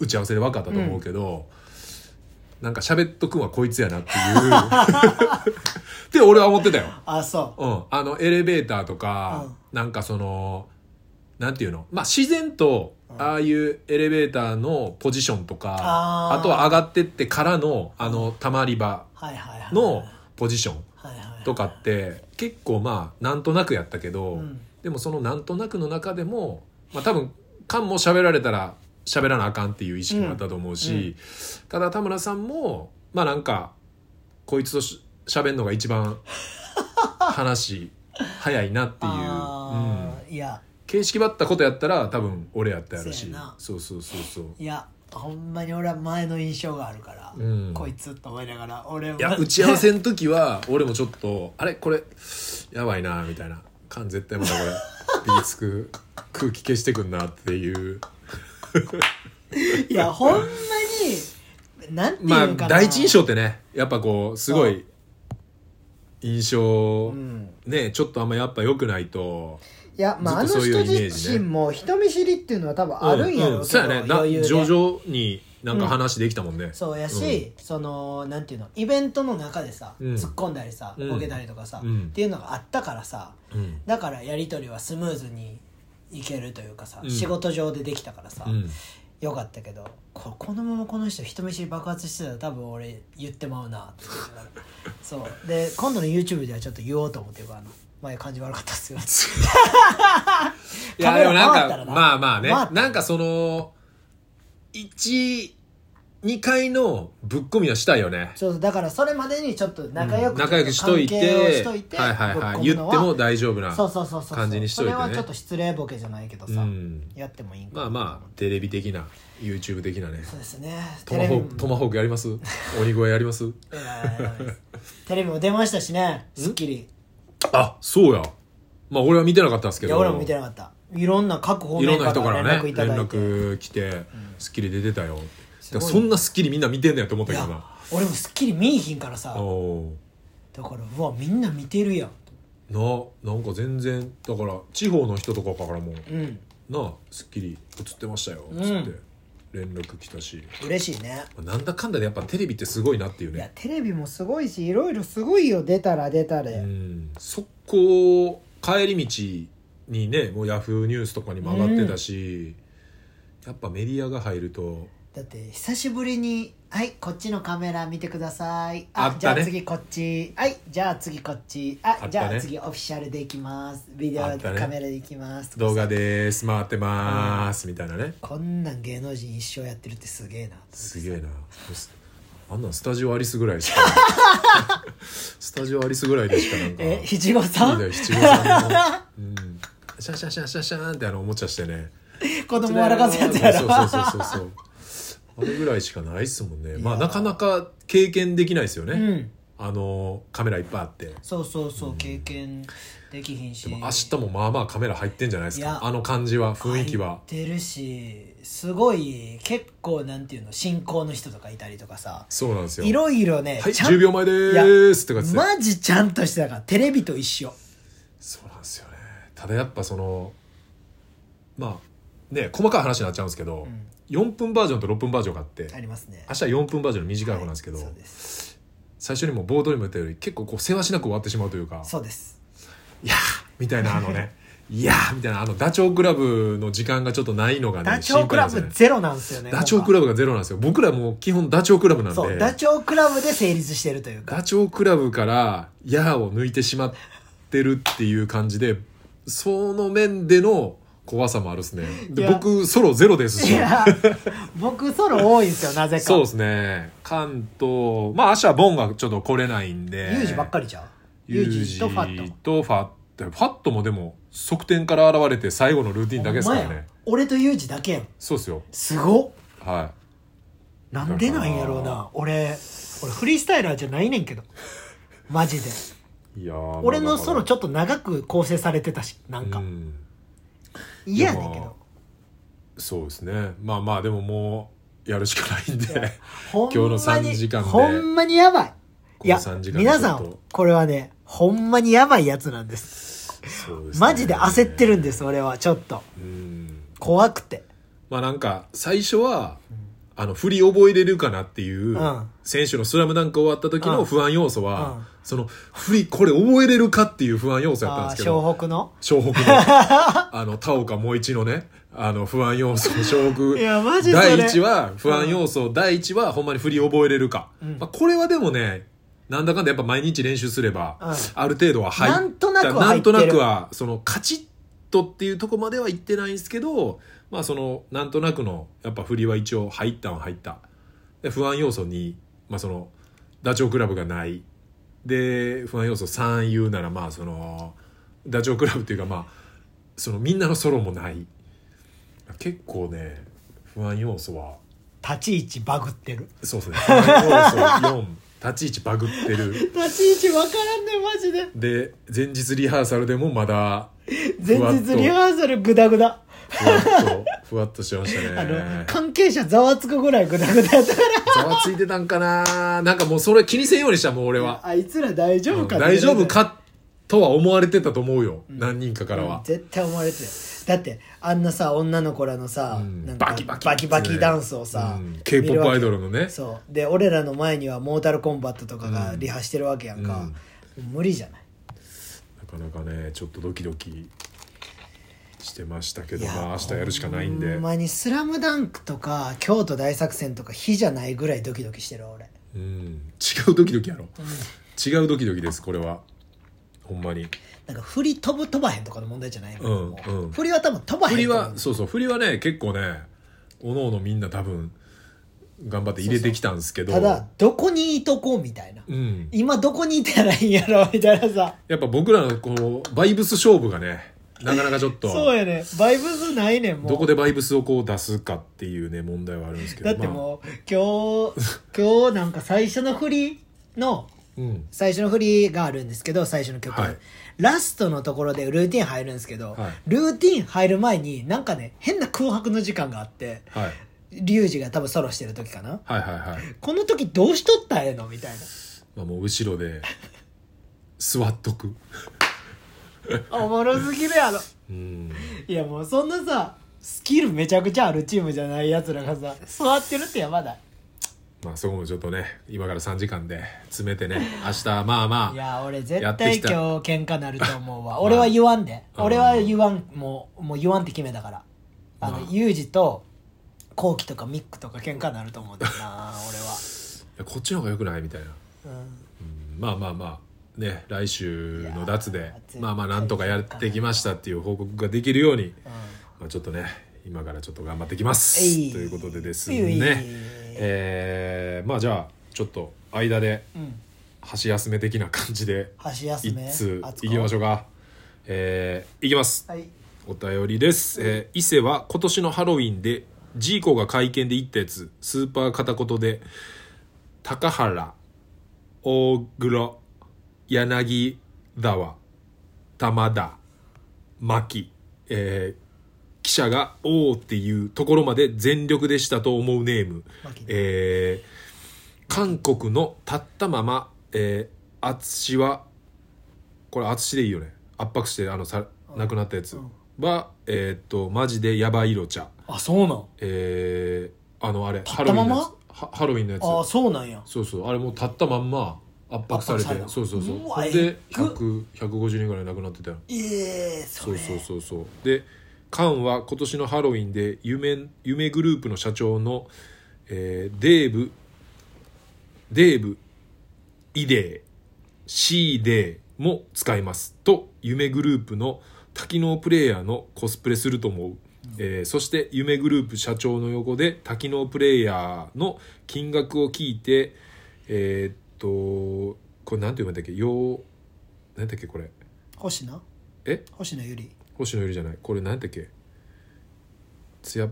Speaker 1: 打ち合わせで分かったと思うけど、なんか喋っとくんはこいつやなっていう って俺は思ってたよ。
Speaker 2: あそう
Speaker 1: うん、あのエレベーターとか、なんかそのなんていうのまあ自然とああいうエレベーターのポジションとか
Speaker 2: あー
Speaker 1: あとは上がってってからのあのたまり場
Speaker 2: はいはいはい
Speaker 1: のポジション
Speaker 2: はいはいはい
Speaker 1: とかって結構まあなんとなくやったけど、
Speaker 2: うん
Speaker 1: でもそのなんとなくの中でも、まあ、多分カンも喋られたら喋らなあかんっていう意識もあったと思うし、
Speaker 2: うんうん
Speaker 1: ただ田村さんもまあなんかこいつとし喋るのが一番話早いなっていう、うん
Speaker 2: あ、ーいや
Speaker 1: 形式ばったことやったら多分俺やったやろし
Speaker 2: そうやな
Speaker 1: そうそうそうそう
Speaker 2: いやほんまに俺は前の印象があるから、
Speaker 1: うん
Speaker 2: こいつと思いながら俺はい
Speaker 1: や打ち合わせの時は俺もちょっとあれこれやばいなみたいな感絶対まだ これビーつく空気消してくんなっていう
Speaker 2: いやほんまになんてい
Speaker 1: まあ
Speaker 2: うんかな、
Speaker 1: 第一印象ってねやっぱこうすご
Speaker 2: そ
Speaker 1: い印象
Speaker 2: うん
Speaker 1: ねちょっとあんまやっぱ良くないと
Speaker 2: いやまああの
Speaker 1: ずっとそういう
Speaker 2: 人
Speaker 1: イメージね
Speaker 2: 自身も人見知りっていうのは多分あるんやろ
Speaker 1: う
Speaker 2: うけ
Speaker 1: そ
Speaker 2: ど、
Speaker 1: うやねな
Speaker 2: 余裕で
Speaker 1: 徐々になんか話できたもんね
Speaker 2: そうやし、そのなんていうのイベントの中でさ、
Speaker 1: うん
Speaker 2: 突っ込んだりさ
Speaker 1: うん
Speaker 2: ボケたりとかさ、
Speaker 1: うん
Speaker 2: っていうのがあったからさ
Speaker 1: うん
Speaker 2: だからやり取りはスムーズにいけるというかさ、
Speaker 1: うん
Speaker 2: 仕事上でできたからさ、
Speaker 1: うん
Speaker 2: よかったけどここのままこの人人見知り爆発してたら多分俺言ってまうな っていうからそうで今度の YouTube ではちょっと言おうと思ってるからあの前感じ悪かったっす よ
Speaker 1: いや、
Speaker 2: カ
Speaker 1: で
Speaker 2: メ
Speaker 1: も
Speaker 2: ラ
Speaker 1: なん
Speaker 2: 回った
Speaker 1: か、
Speaker 2: らな
Speaker 1: まあまあね
Speaker 2: 回った。ら
Speaker 1: なんかその、1、2回のぶっ込みはしたいよね。
Speaker 2: そうそうだからそれまでにちょっと仲良く、
Speaker 1: 仲良くしとい、
Speaker 2: 関係をしてといて
Speaker 1: はいはいはい。
Speaker 2: ぶ
Speaker 1: 言
Speaker 2: っ込むの
Speaker 1: っても大丈夫な。
Speaker 2: そうそうそうそう
Speaker 1: 感じにしといてね
Speaker 2: それはちょっと失礼ボケじゃないけどさ、
Speaker 1: うん
Speaker 2: やってもいいんかな
Speaker 1: まあまあ、テレビ的な、YouTube 的なね。
Speaker 2: そうですね
Speaker 1: トマホー
Speaker 2: も
Speaker 1: ク、トマホークやります鬼越やります
Speaker 2: いやいやいや テレビも出ましたしね『スッキリ』
Speaker 1: あ、そうや。まあ俺は見てなかったんですけ
Speaker 2: い
Speaker 1: ど。
Speaker 2: や俺も見てなかったいろんな各方
Speaker 1: いろ
Speaker 2: 面
Speaker 1: んな
Speaker 2: か
Speaker 1: 人からら
Speaker 2: 連絡
Speaker 1: ね、連
Speaker 2: いただいて、
Speaker 1: 絡来て、スッキリ出てたよ。だから
Speaker 2: す
Speaker 1: そ
Speaker 2: ごい
Speaker 1: んなスッキリみんな見てんねやと思った
Speaker 2: い
Speaker 1: けど
Speaker 2: や
Speaker 1: な。
Speaker 2: 俺も『スッキリ』見いひんからさ
Speaker 1: おー
Speaker 2: だからうわみんな見てるやんと
Speaker 1: ななんか全然だから地方の人とかからも
Speaker 2: うん
Speaker 1: 「なあ『スッキリ』映ってましたよ」
Speaker 2: う
Speaker 1: つ
Speaker 2: ん
Speaker 1: って連絡来たし、
Speaker 2: 嬉しいね
Speaker 1: なんだかんだでやっぱテレビってすごいなっていう
Speaker 2: いや
Speaker 1: ね
Speaker 2: テレビもすごいしいろいろすごいよ出たら出たで、
Speaker 1: うん速攻帰り道にねもうヤフーニュースとかにも上がってたし、やっぱメディアが入ると
Speaker 2: だって久しぶりに「はいこっちのカメラ見てください」
Speaker 1: あったね
Speaker 2: じゃあ次こっち」「はいじゃあ次こっち」あ「
Speaker 1: ったね
Speaker 2: じゃあ次オフィシャルでいきます」「ビデオ
Speaker 1: あったね
Speaker 2: カメラでいきます」
Speaker 1: 動画です回ってますみたいなね
Speaker 2: こんなん芸能人一生やってるってすげえな
Speaker 1: すげえなあんなんスタジオアリスぐらい しかスタジオアリスぐらいでしかなんか
Speaker 2: えひちごさん
Speaker 1: いいね七五三の、うん、シャンシャンシャンシャンシャンってあのおもちゃしてね
Speaker 2: 子供笑かすやつやろ
Speaker 1: そうそうそうそうそうあれぐらいしかないっすもんねまあなかなか経験できないですよね、
Speaker 2: うん
Speaker 1: あのカメラいっぱいあって
Speaker 2: そうそうそう経験できひんし
Speaker 1: でも明日もまあまあカメラ入ってんじゃないです
Speaker 2: い
Speaker 1: か
Speaker 2: や
Speaker 1: あの感じは雰囲気は
Speaker 2: 入ってるしすごい結構なんていうの信仰の人とかいたりとかさ
Speaker 1: そうなんですよ
Speaker 2: いろいろね
Speaker 1: はい
Speaker 2: ちゃん
Speaker 1: 10秒前でーすとかっつって、
Speaker 2: マジちゃんとしてたからテレビと一緒
Speaker 1: そうなんですよねただやっぱそのまあね細かい話になっちゃうんですけど、
Speaker 2: ん
Speaker 1: 4分バージョンと6分バージョンがあって
Speaker 2: ありますね
Speaker 1: 明日は4分バージョンの短い方なんですけど、
Speaker 2: はいそうです
Speaker 1: 最初にも冒頭にも言ったより結構こうせわしなく終わってしまうというか
Speaker 2: そうです
Speaker 1: 「いやー」みたいなあのね「いやー」みたいなあのダチョウ倶楽部の時間がちょっとないのがね
Speaker 2: ダチョウ倶楽
Speaker 1: 心配なん
Speaker 2: 部
Speaker 1: です
Speaker 2: ゼ
Speaker 1: よね
Speaker 2: ロなんですよね
Speaker 1: ダチョウ倶楽部がゼロなんですよ僕らもう基本ダチョウ倶楽部なん
Speaker 2: そう
Speaker 1: で
Speaker 2: ダチョウ倶楽部で成立してるというか
Speaker 1: ダチョウ倶楽部から「やー」を抜いてしまってるっていう感じでその面での怖さもあるですね
Speaker 2: い
Speaker 1: で
Speaker 2: や
Speaker 1: 僕ソロゼロです
Speaker 2: い
Speaker 1: し
Speaker 2: や僕ソロ多いんですよなぜか
Speaker 1: そうですね関東まあ明日はボンがちょっと来れないんで
Speaker 2: ユージばっかりじゃんユ
Speaker 1: ユ
Speaker 2: ー
Speaker 1: ー
Speaker 2: ジ
Speaker 1: ジ
Speaker 2: とフ
Speaker 1: とフ
Speaker 2: ァ
Speaker 1: ァ
Speaker 2: ッ
Speaker 1: ッ
Speaker 2: ト
Speaker 1: ト。ファットもでも、側転から現れて最後のルーティンだけですから
Speaker 2: ほんまや
Speaker 1: ね。
Speaker 2: 俺とユージだけやん
Speaker 1: そうですよ。
Speaker 2: すごっ
Speaker 1: は
Speaker 2: なんでなんやろう
Speaker 1: だ
Speaker 2: な俺俺フリースタイラーじゃないねんけ どマジで
Speaker 1: い。いやー
Speaker 2: 俺のソロち
Speaker 1: ょ
Speaker 2: ょっと長く構成されてたしなんか嫌やねんけ
Speaker 1: でも
Speaker 2: ど
Speaker 1: そうですね。まあまあ、でももう、やるしかないんで。
Speaker 2: ほん
Speaker 1: 今日の
Speaker 2: ま
Speaker 1: 3
Speaker 2: に
Speaker 1: 時間で
Speaker 2: ほんまにやばい
Speaker 1: こ
Speaker 2: い
Speaker 1: の
Speaker 2: や
Speaker 1: 3時間で
Speaker 2: 皆さ
Speaker 1: ちょっ
Speaker 2: ん
Speaker 1: と
Speaker 2: これはねほんまにやばいやつなんです
Speaker 1: そうすね
Speaker 2: マジで焦ってるんです俺はちょっと
Speaker 1: うん。
Speaker 2: 怖くて
Speaker 1: まあなんか、最初は、あの、振り覚えれるかなってい
Speaker 2: う
Speaker 1: う
Speaker 2: ん、
Speaker 1: 選手のスラムダンク終わった時
Speaker 2: う
Speaker 1: の
Speaker 2: ん
Speaker 1: 不安要素
Speaker 2: うん
Speaker 1: は、その、振り、これ覚えれるかっていう不安要素やったん
Speaker 2: あ
Speaker 1: で
Speaker 2: あ
Speaker 1: すけ
Speaker 2: ー
Speaker 1: ど。
Speaker 2: 湘北の
Speaker 1: 湘北のあの田岡萌一のねあの不安要素将軍
Speaker 2: いやマジそれ
Speaker 1: 第一は不安要素、第一はほんまに振り覚えれるか、
Speaker 2: うん
Speaker 1: まあ、これはでもねなんだかんだやっぱ毎日練習すれば、
Speaker 2: うん
Speaker 1: ある程度は入っ
Speaker 2: なんとなくは入ってる
Speaker 1: なんとなくはそのカチッとっていうとこまではいってないんですけどまあそのなんとなくのやっぱ振りは一応入ったは入ったで不安要素に、まあ、そのダチョウ倶楽部がないで不安要素3言うならまあそのダチョウ倶楽部っていうかまあそのみんなのソロもない結構ね不安要素は
Speaker 2: 立ち位置バグってる
Speaker 1: そうですね不安要素4立ち位置バグってる
Speaker 2: 立ち位置わからんねマジで
Speaker 1: で前日リハーサルでもまだ
Speaker 2: 前日リハーサルグダグダ
Speaker 1: ふわっとふわっとしてまし
Speaker 2: あ
Speaker 1: た
Speaker 2: の
Speaker 1: ね
Speaker 2: 関係者ざわつくぐらいグダグダやったか
Speaker 1: ざわついてたんかななんかもうそれ気にせんようにしたもう俺
Speaker 2: ら
Speaker 1: は、
Speaker 2: あいつら大丈夫か
Speaker 1: うん大丈夫かとは思われてたと思うよ、何人かからは、
Speaker 2: 絶対思われてるだってあんなさ女の子らのさ、
Speaker 1: うん
Speaker 2: なんか
Speaker 1: バキバキ
Speaker 2: バキバキダンスをさ、
Speaker 1: うん
Speaker 2: 見る
Speaker 1: K-POP
Speaker 2: わけ
Speaker 1: アイドルのね
Speaker 2: そうで俺らの前にはモータルコンバットとかがリハしてるわけやんか、無理じゃない
Speaker 1: なかなかねちょっとドキドキしてましたけ
Speaker 2: い
Speaker 1: どまあ明日やるしかないんで
Speaker 2: ほんまに「スラムダンクとか「京都大作戦」とか火じゃないぐらいドキドキしてるわ俺
Speaker 1: うん違うドキドキやろ、違うドキドキですこれはほんまに
Speaker 2: なんか振り飛ぶ飛ばへんとかの問題じゃないの、
Speaker 1: うん
Speaker 2: も
Speaker 1: うん
Speaker 2: 振りは多分飛ばへん
Speaker 1: 振り
Speaker 2: と思う
Speaker 1: はそうそう振りはね結構ねおのおのみんな多分頑張って入れてきたんですけど
Speaker 2: ただどこにいとこうみたいな、
Speaker 1: うん、
Speaker 2: 今どこにいたらいいんやろみたいなさ
Speaker 1: やっぱ僕らのこのバイブス勝負がねなかなかちょっと
Speaker 2: そうやねバイブスないねんもう
Speaker 1: どこでバイブスをこう出すかっていうね問題はあるんですけど
Speaker 2: だってもう、今日 今日なんか最初の振りの
Speaker 1: まあうん
Speaker 2: 最初の振りがあるんですけど最初の曲、
Speaker 1: はい
Speaker 2: ラストのところでルーティン入るんですけど、
Speaker 1: はい
Speaker 2: ルーティン入る前になんかね変な空白の時間があって
Speaker 1: はい、
Speaker 2: リュウジが多分ソロしてる時かな
Speaker 1: はいはいはい
Speaker 2: この時どうしとったらええのみたい
Speaker 1: まあもう後ろで座っとく
Speaker 2: なおもろすぎるやろ
Speaker 1: うん
Speaker 2: いやもうそんなさスキルめちゃくちゃあるチームじゃないやつらがさ座ってるってやばだ
Speaker 1: まあそこもちょっとね今から3時間で詰めて ね明日まあま
Speaker 2: い
Speaker 1: あ
Speaker 2: や俺絶
Speaker 1: やって
Speaker 2: 対
Speaker 1: き
Speaker 2: 今
Speaker 1: た
Speaker 2: 日喧嘩なると思うわ 俺は言わんで
Speaker 1: うん
Speaker 2: 俺は言わんもうもう言わんって決めたからあの
Speaker 1: うん
Speaker 2: ユージとコウキとかミックとか喧嘩なると思うんだよな 俺は、
Speaker 1: いやこっちの方が良くないみたいな、
Speaker 2: うん
Speaker 1: うんまあまあまあね来週の脱
Speaker 2: いや
Speaker 1: で
Speaker 2: ー絶対
Speaker 1: まあまあなんとかやってきましたっていう報告ができるように、
Speaker 2: うん
Speaker 1: まあ、ちょっとね今からちょっと頑張ってきます、
Speaker 2: えい
Speaker 1: ということでです
Speaker 2: えい
Speaker 1: ねえーまあじゃあちょっと間で
Speaker 2: うん、
Speaker 1: 箸休め的な感じで
Speaker 2: 箸休
Speaker 1: 一
Speaker 2: め
Speaker 1: 通
Speaker 2: あつこ
Speaker 1: いきましょうかえー、いきます
Speaker 2: はい
Speaker 1: お便りです、えー伊勢は今年のハロウィンでジーコが会見で言ったやつスーパー片言で高原大黒柳沢玉田牧、えー記者が「おー」っていうところまで全力でしたと思うネーム
Speaker 2: 牧、
Speaker 1: えー韓国のたったまま、えー、淳はこれ淳でいいよね圧迫してあのさ亡くなったやつ
Speaker 2: うん
Speaker 1: は、えーっとマジでヤバい色茶
Speaker 2: あそうなん
Speaker 1: えーあのあれ
Speaker 2: たったまま
Speaker 1: ハロウィンのやつ
Speaker 2: あ
Speaker 1: ハロウィンのやつ
Speaker 2: そうなんや
Speaker 1: そうそうあれもうたったまんま圧迫されて
Speaker 2: 圧迫された
Speaker 1: そうそうそう
Speaker 2: う
Speaker 1: そ
Speaker 2: わ
Speaker 1: れ
Speaker 2: え
Speaker 1: で
Speaker 2: ぐ
Speaker 1: 100 150人ぐらい亡くなってたよ
Speaker 2: ええそ
Speaker 1: そ
Speaker 2: れ
Speaker 1: うそうそうそうでカンは今年のハロウィンで夢夢グループの社長の、えーデーブデーブイデーシーデーも使いますと夢グループの多機能プレイヤーのコスプレすると思う、えーそして夢グループ社長の横で多機能プレイヤーの金額を聞いてえーっとこれなんて読めたっけようなんだっけこれ
Speaker 2: 星名
Speaker 1: え
Speaker 2: 星名ゆり
Speaker 1: 星野ゆりじゃないこれ何だっけつや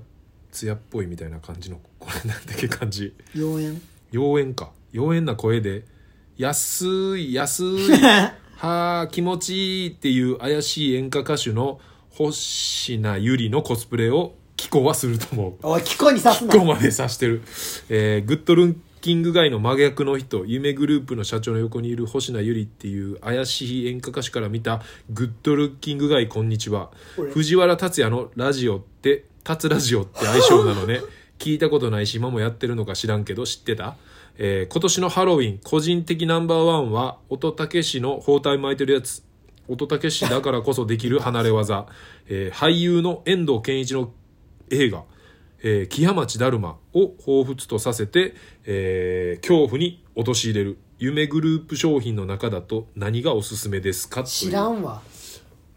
Speaker 1: つやっぽいみたいな感じのこれ何だっけ感じ
Speaker 2: 妖艶
Speaker 1: 妖艶か妖艶な声で「安い安い はあ気持ちいい」っていう怪しい演歌歌手の星名ゆりのコスプレを紀子はすると思 う
Speaker 2: おい聞こえに刺すな
Speaker 1: ここまでさしてる、えーグッドルンキング街の真逆の人夢グループの社長の横にいる星名ゆりっていう怪しい演歌歌手から見たグッドルッキング街こんにちは
Speaker 2: 俺
Speaker 1: 藤原竜也のラジオって竜ラジオって愛称なのね聞いたことないし今もやってるのか知らんけど知ってたえー今年のハロウィン個人的ナンバーワンは音武氏の包帯巻いてるやつ音武氏だからこそできる離れ技、えー俳優の遠藤健一の映画「えー、木屋町だるま」を彷彿とさせて、えー恐怖に陥れる夢グループ商品の中だと何がおすすめですかという
Speaker 2: 知らんわ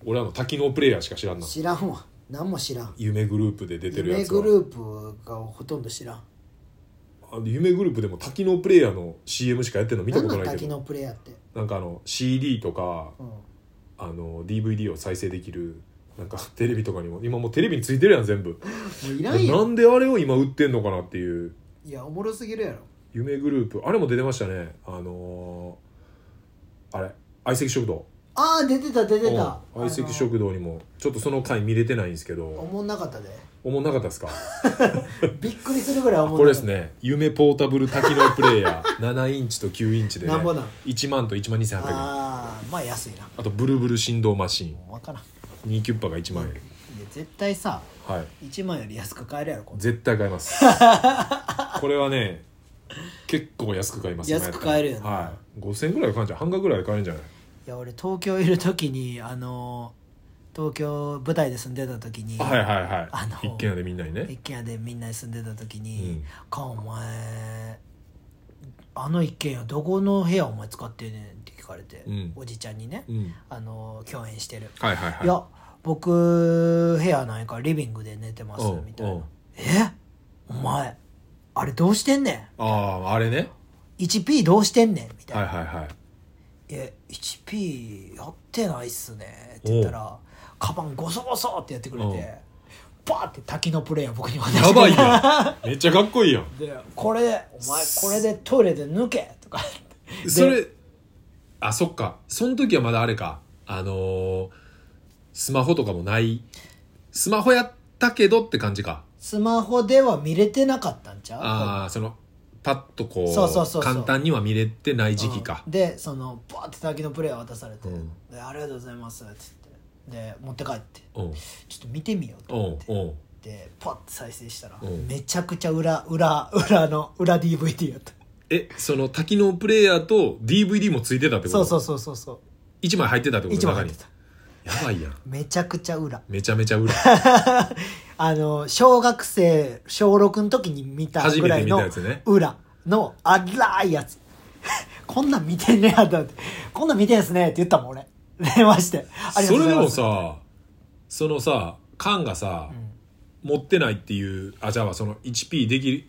Speaker 1: 俺はあの多機能プレイヤーしか知らんな
Speaker 2: 知らんわ何も知らん
Speaker 1: 夢グループで出てるや
Speaker 2: 夢
Speaker 1: つは
Speaker 2: グループがほとんど知らん
Speaker 1: あの夢グループでも多機能プレイヤーの CM しかやってるの見た
Speaker 2: 何
Speaker 1: こと
Speaker 2: なん
Speaker 1: ない
Speaker 2: だ
Speaker 1: け
Speaker 2: 昨
Speaker 1: ど
Speaker 2: のプレイヤーって、
Speaker 1: なんかあの CD とか
Speaker 2: うん、
Speaker 1: あの DVD を再生できるなんかテレビとかにも今もうテレビについてるやん全部
Speaker 2: もういらんや
Speaker 1: なんんであれを今売ってんのかなっていう
Speaker 2: いやおもろすぎるやろ
Speaker 1: 夢グループあれも出てましたねあのーあれ相席食堂
Speaker 2: ああ出てた出てた
Speaker 1: うん相席食堂にもちょっとその回見れてないんですけ
Speaker 2: あのお
Speaker 1: ど
Speaker 2: もんなかったで
Speaker 1: おもんなかったですか
Speaker 2: びっくりするぐらいおもんなかった
Speaker 1: これですね夢ポータブル多機能プレイヤー 7インチと9インチでね
Speaker 2: なんぼなん
Speaker 1: 1万と1万2800円
Speaker 2: ああまあ安いな
Speaker 1: あとブルブル振動マシン
Speaker 2: もう分からん
Speaker 1: 2キュッパが1万円
Speaker 2: いや絶対さ
Speaker 1: はい
Speaker 2: 1万より安く買えるやろこんな
Speaker 1: 絶対買います これはね結構安く買います
Speaker 2: 安く買えるよね
Speaker 1: ねはい、5000円ぐらいで買えるんじゃん半額ぐらいで買えるんじゃない
Speaker 2: いや俺東京いる時にあの東京舞台で住んでた時に、
Speaker 1: はいはいはい
Speaker 2: あの
Speaker 1: 一軒家でみんなにね
Speaker 2: 一軒家でみんなで住んでた時
Speaker 1: う
Speaker 2: に
Speaker 1: ん
Speaker 2: 「か、お前あの一軒家どこの部屋お前使ってんねん」って聞かれて、
Speaker 1: うん
Speaker 2: おじちゃんにね、
Speaker 1: うん
Speaker 2: あの共演してる「
Speaker 1: はいはいはい
Speaker 2: い、や僕部屋ないからリビングで寝てます
Speaker 1: う」ん
Speaker 2: みたい
Speaker 1: うん
Speaker 2: な「えお前あれどうしてんね
Speaker 1: あああれね
Speaker 2: ん 1P どうしてんねん」みたい
Speaker 1: は
Speaker 2: な「
Speaker 1: いはいはい
Speaker 2: え 1P やってないっすね」って言ったらカバンゴソゴソってやってくれ
Speaker 1: うん
Speaker 2: てバーって滝のプレイヤー僕に渡して
Speaker 1: やばいやんめっちゃかっこいいやん
Speaker 2: でこれで「お前これでトイレで抜け」とかで
Speaker 1: それあそっかその時はまだあれかあのースマホとかもないスマホやったけどって感じか
Speaker 2: スマホでは見れてなかったんちゃう
Speaker 1: ああそのパッとこう
Speaker 2: そうそうそうそう
Speaker 1: 簡単には見れてない時期か
Speaker 2: うんでそのバーって滝のプレイヤー渡されて、
Speaker 1: うん
Speaker 2: で「ありがとうございます」っつってで持って帰って
Speaker 1: うん
Speaker 2: ちょっと見てみようと
Speaker 1: うん
Speaker 2: 思って、
Speaker 1: うん
Speaker 2: でパッて再生したら、
Speaker 1: うん
Speaker 2: めちゃくちゃ裏裏裏の裏 DVD やった
Speaker 1: えその多機能プレイヤーと DVD もついてたってこと
Speaker 2: そうそうそうそうそう
Speaker 1: 1枚入ってたってこと
Speaker 2: 一番入
Speaker 1: 中
Speaker 2: っ
Speaker 1: に
Speaker 2: てた
Speaker 1: やばいやん
Speaker 2: めちゃくちゃ裏
Speaker 1: めちゃめちゃ裏
Speaker 2: あの小学生小6の時に見た
Speaker 1: 初
Speaker 2: ぐ
Speaker 1: め
Speaker 2: ら
Speaker 1: て
Speaker 2: い
Speaker 1: 見た
Speaker 2: の
Speaker 1: やつね
Speaker 2: 裏のあらいやつ こんなん見てんねやだってこんなん見てんすねって言ったもん俺 電話してありがと
Speaker 1: そ
Speaker 2: ご
Speaker 1: うれ
Speaker 2: ざ
Speaker 1: で
Speaker 2: いま
Speaker 1: も
Speaker 2: す
Speaker 1: さそのさ缶がさ、持ってないっていうあじゃあその 1P できる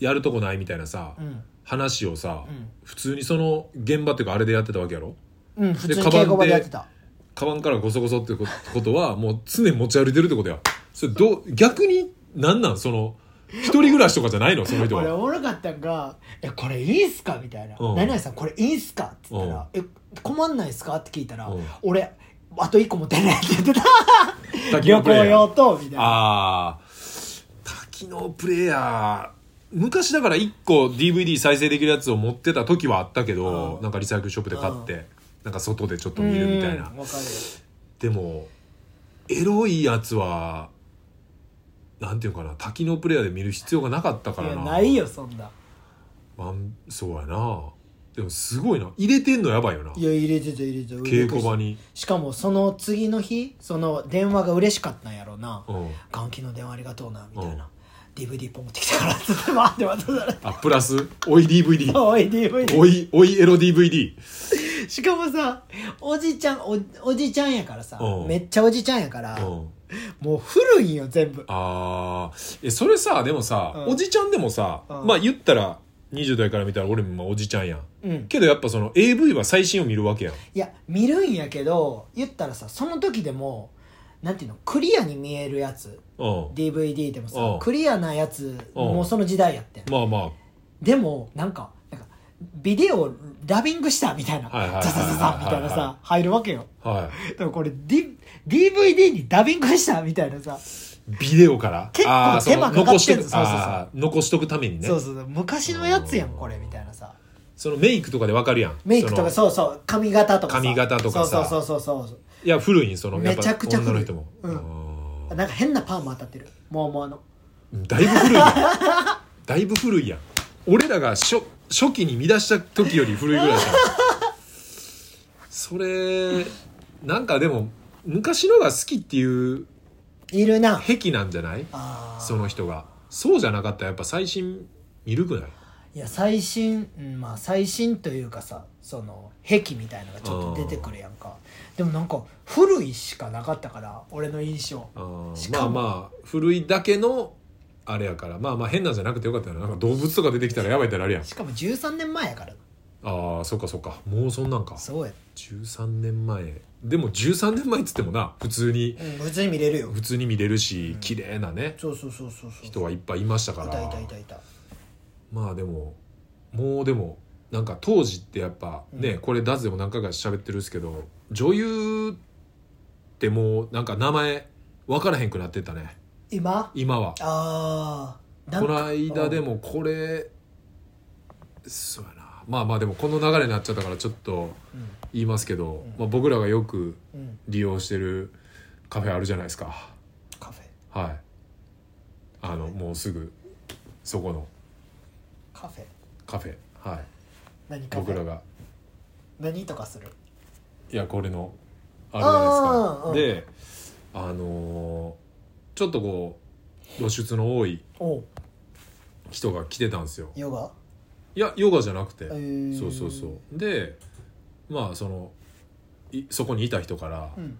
Speaker 1: やるとこないみたいなさ、
Speaker 2: うん
Speaker 1: 話をさ、
Speaker 2: うん
Speaker 1: 普通にその現場っていうかあれでやってたわけやろ
Speaker 2: うん、うん、普通に
Speaker 1: カバン
Speaker 2: 稽古場で
Speaker 1: で
Speaker 2: やってた
Speaker 1: カバンからゴソゴソってこことは もう常に持ち歩いてるってことやそれどう逆になんなんその一人暮らしとかじゃないのその人
Speaker 2: 俺お
Speaker 1: は
Speaker 2: もろかったんが「えこれいいっすか?」みたいな「
Speaker 1: うん
Speaker 2: 何々さんこれいいっすか?」って言ったら「え困んないっすか?」って聞いたら
Speaker 1: うん
Speaker 2: 「俺あと1個持ってんねん」って言ってた「
Speaker 1: 滝
Speaker 2: 旅
Speaker 1: のプ
Speaker 2: 行
Speaker 1: レイヤー
Speaker 2: 用と」みたいな
Speaker 1: ああ多機能プレイヤー昔だから1個 DVD 再生できるやつを持ってた時はあったけど、
Speaker 2: うん
Speaker 1: なんかリサイクルショップで買って、
Speaker 2: う
Speaker 1: なんか外でちょっと見るみたいな
Speaker 2: うんわかる
Speaker 1: でもエロいやつはなんていうのかな多機能プレイヤーで見る必要がなかったから
Speaker 2: いや
Speaker 1: な
Speaker 2: ないよそんな
Speaker 1: まんそうやなでもすごいな入れてんのやばいよない
Speaker 2: や入れてた入れてた
Speaker 1: 稽古場に、
Speaker 2: しかもその次の日その電話が嬉しかったんやろうな
Speaker 1: うん、
Speaker 2: 「換気の電話ありがとうな」みたいな「DVD 一本持ってきたから」っつって待って待って
Speaker 1: あプラスおい DVD
Speaker 2: おい DVD
Speaker 1: おいおいエロ DVD
Speaker 2: しかもさおじちゃんおおじちゃんやからさ
Speaker 1: うん
Speaker 2: めっちゃおじちゃんやから
Speaker 1: うん
Speaker 2: もう古いんよ全部
Speaker 1: あーえそれさでもさ、
Speaker 2: うん
Speaker 1: おじちゃんでもさ、
Speaker 2: うん
Speaker 1: まあ言ったら20代から見たら俺もまあおじちゃんやん
Speaker 2: うん
Speaker 1: けどやっぱその AV は最新を見るわけやん
Speaker 2: いや見るんやけど言ったらさその時でもなんていうのクリアに見えるやつ
Speaker 1: うん
Speaker 2: DVD でもさ
Speaker 1: うん
Speaker 2: クリアなやつ
Speaker 1: うん
Speaker 2: もうその時代やってん
Speaker 1: まあまあ
Speaker 2: でもなんかなんかビデオダビングしたみたいな
Speaker 1: はいはいはいはい
Speaker 2: ザザザザみたいなさ入るわけよ
Speaker 1: は
Speaker 2: でもこれ、D、DVD にダビングしたみたいなさ、
Speaker 1: いビデオから
Speaker 2: 結構
Speaker 1: あーその
Speaker 2: 手間かかってんの
Speaker 1: 残しとく
Speaker 2: そうそうそう
Speaker 1: あー残しとくためにね
Speaker 2: そうそうそう昔のやつやんこれみたいなさ
Speaker 1: そのメイクとかでわかるやん
Speaker 2: メイクとか
Speaker 1: その
Speaker 2: そうそう髪型とかさ
Speaker 1: 髪型とかさ
Speaker 2: そうそうそうそうそ
Speaker 1: いや古いんそのやっぱ
Speaker 2: めちゃくちゃ古い
Speaker 1: 女の人も、
Speaker 2: うん
Speaker 1: あ
Speaker 2: うなんか変なパーマ当たってるもうもうあの
Speaker 1: ーだいぶ古いやんだいぶ古いやん俺らが初初期に見出した時より古いぐらいじゃんそれなんかでも昔のが好きっていう
Speaker 2: いるな
Speaker 1: 癖なんじゃない
Speaker 2: あー
Speaker 1: その人がそうじゃなかったらやっぱ最新見るくない
Speaker 2: いや最新うんまあ最新というかさその壁みたいなのがちょっと出てくるやんかでもなんか古いしかなかったから俺の印象
Speaker 1: あ
Speaker 2: し
Speaker 1: ーま
Speaker 2: か
Speaker 1: あ
Speaker 2: も
Speaker 1: まあ古いだけのあれやからまあまあ変なんじゃなくてよかったよななんか動物とか出てきたらやばいってなるやん
Speaker 2: しかも13年前やから
Speaker 1: ああそっかそっかもうそんなんか
Speaker 2: そうや、
Speaker 1: 13年前でも13年前っつってもな普通に
Speaker 2: うん、普通に見れるよ
Speaker 1: 普通に見れるし綺麗なね
Speaker 2: そうそうそうそうそう
Speaker 1: 人はいっぱいいましたか
Speaker 2: いたい
Speaker 1: ら
Speaker 2: たいたいた
Speaker 1: まあでももうでもなんか当時ってやっぱね、
Speaker 2: うん
Speaker 1: これダズでも何回か喋ってるんですけど女優ってもうなんか名前分からへんくなってったね
Speaker 2: 今
Speaker 1: 今は
Speaker 2: ああ
Speaker 1: この間でもこれそうやなまあまあでもこの流れになっちゃったからちょっと
Speaker 2: う
Speaker 1: 言いますけ
Speaker 2: う
Speaker 1: ど、
Speaker 2: ん
Speaker 1: まあ、僕らがよく
Speaker 2: ん、うん、
Speaker 1: 利用してるカフェあるじゃないですか
Speaker 2: カフェ
Speaker 1: はいあのもうすぐそこの
Speaker 2: カフェ
Speaker 1: カフェはい
Speaker 2: 何カフ
Speaker 1: 僕
Speaker 2: ェ
Speaker 1: らが
Speaker 2: 何とかする
Speaker 1: いやこれのあ
Speaker 2: あーうん
Speaker 1: るじゃないですかであのーちょっとこう露出の多い
Speaker 2: お
Speaker 1: 人が来てたんですよ
Speaker 2: ヨガ
Speaker 1: いやヨガじゃなくて、
Speaker 2: えー
Speaker 1: そうそうそうでまあそのいそこにいた人から
Speaker 2: う
Speaker 1: 「
Speaker 2: ん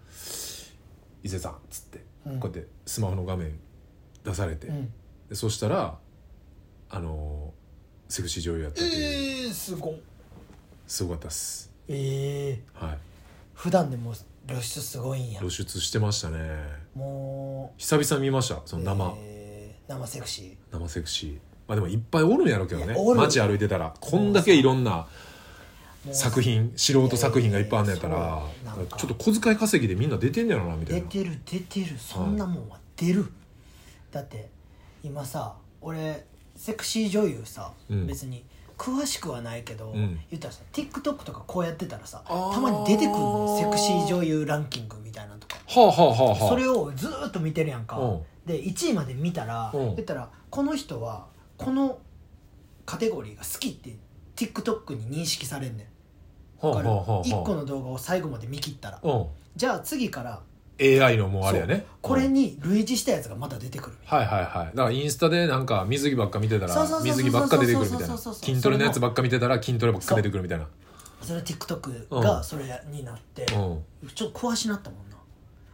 Speaker 1: 伊勢さん」っつって
Speaker 2: うん
Speaker 1: こうやってスマホの画面出されて、
Speaker 2: うん
Speaker 1: でそしたらあのーセクシー女優やった
Speaker 2: え
Speaker 1: っていう、
Speaker 2: ー、すごい
Speaker 1: すごかったっす
Speaker 2: ええ
Speaker 1: はい
Speaker 2: 普段でも露出すごいんや
Speaker 1: 露出してましたね
Speaker 2: も
Speaker 1: 久々見ましたそうの生、
Speaker 2: えー生セクシ
Speaker 1: 生セクシーまあでもいっぱいおるんやろうけどね
Speaker 2: いやおる
Speaker 1: 街歩いてたらこんだけいろんな
Speaker 2: ーもう
Speaker 1: 作品素人作品がいっぱいあんねやった
Speaker 2: いやい
Speaker 1: ら
Speaker 2: やそうなんか
Speaker 1: ちょっと小遣い稼ぎでみんな出てんねやろなみた
Speaker 2: 出
Speaker 1: いな
Speaker 2: てる出てるそんなもんは出る、だって今さ俺セクシー女優さ、
Speaker 1: うん
Speaker 2: 別に詳しくはないけど、
Speaker 1: うん
Speaker 2: 言ったらさ TikTok とかこうやってたらさ
Speaker 1: あー
Speaker 2: たまに出てくるのよセクシー女優ランキングみたいなのとか
Speaker 1: はあはあはあはあ
Speaker 2: それをずーっと見てるやんか、
Speaker 1: うん
Speaker 2: で1位まで見たら、
Speaker 1: うん
Speaker 2: 言ったらこの人はこのカテゴリーが好きって TikTok に認識されんねん、
Speaker 1: は
Speaker 2: わ
Speaker 1: あは
Speaker 2: かる
Speaker 1: あはあ
Speaker 2: 1個の動画を最後まで見切ったら、
Speaker 1: うん
Speaker 2: じゃあ次から
Speaker 1: AI のもうあれや
Speaker 2: そ
Speaker 1: ね
Speaker 2: うこれ
Speaker 1: うん
Speaker 2: に類似したやつがまた出てくるみたい
Speaker 1: はいはいはいだからインスタでなんか水着ばっか見てた
Speaker 2: そうそうそうそう
Speaker 1: ら水着ばっか出てくる
Speaker 2: そ
Speaker 1: みたい
Speaker 2: う
Speaker 1: な
Speaker 2: そうそうそう
Speaker 1: 筋トレのやつばっか見てたら筋トレばっか出てくるみたいな
Speaker 2: なそれ TikTok
Speaker 1: う
Speaker 2: が
Speaker 1: ん
Speaker 2: それになって、
Speaker 1: うん
Speaker 2: ちょっと詳しなったもんな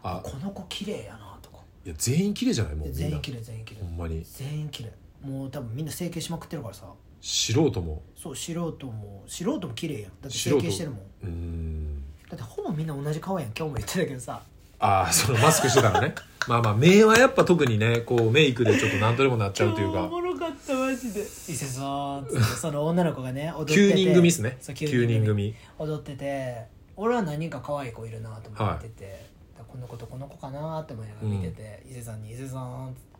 Speaker 1: あ
Speaker 2: この子綺麗やなとか
Speaker 1: いや全員綺麗じゃないもうみんな
Speaker 2: 全員綺麗全員綺麗
Speaker 1: ほんまに
Speaker 2: 全員綺麗もう多分みんな整形しまくってるからさ
Speaker 1: 素人も
Speaker 2: そう素人も素人も綺麗やんだって整形してるもん
Speaker 1: うーん
Speaker 2: だってほぼみんな同じ顔やん今日も言ってたけどさ
Speaker 1: ああそのマスクしてたらね まあまあ目はやっぱ特にねこうメイクでちょっと何とでもなっちゃうという
Speaker 2: 今日
Speaker 1: か
Speaker 2: おもろかったマジで伊勢さんっつってその女の子がね踊ってて
Speaker 1: 9人組ですね
Speaker 2: そう
Speaker 1: 9人組
Speaker 2: 踊ってて俺は何人か可愛い子いるなと思ってて、だからこの子とこの子かなって思いながら見てて、伊勢さんに「伊勢さん」っつって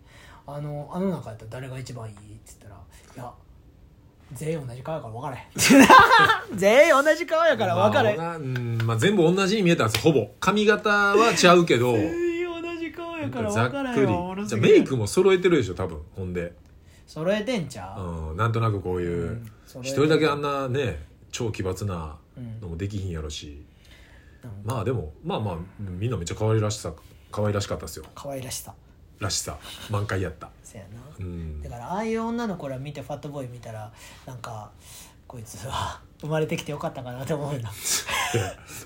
Speaker 2: あの「あの中やったら誰が一番いい?」っつったら「いや全員同じ顔やから分からへ ん」全員同じ顔やから分からへん」
Speaker 1: まあうんまあ、全部同じに見えたんですほぼ髪型は違うけど
Speaker 2: 全員同じ顔やから
Speaker 1: ざっ
Speaker 2: 分から
Speaker 1: く
Speaker 2: へん
Speaker 1: り
Speaker 2: わおもろ
Speaker 1: じ
Speaker 2: す
Speaker 1: ゃあ
Speaker 2: ぎ
Speaker 1: メ
Speaker 2: る
Speaker 1: イクも揃えてるでしょ多分ほんで、
Speaker 2: 揃えてんちゃう、
Speaker 1: うん、なんとなくこういう、
Speaker 2: うん揃えて
Speaker 1: 一人だけあんなね超奇抜な
Speaker 2: うん
Speaker 1: のもできひんやろし、
Speaker 2: うん
Speaker 1: まあでもまあまあみんなめっちゃ可愛らしさ可愛らしかったですよ
Speaker 2: 可愛らしさ
Speaker 1: らしさ満開やった
Speaker 2: せやな、
Speaker 1: うん
Speaker 2: だからああいう女の子ら見てファットボーイ見たらなんかこいつは生まれてきてよかったかなと思う な
Speaker 1: いや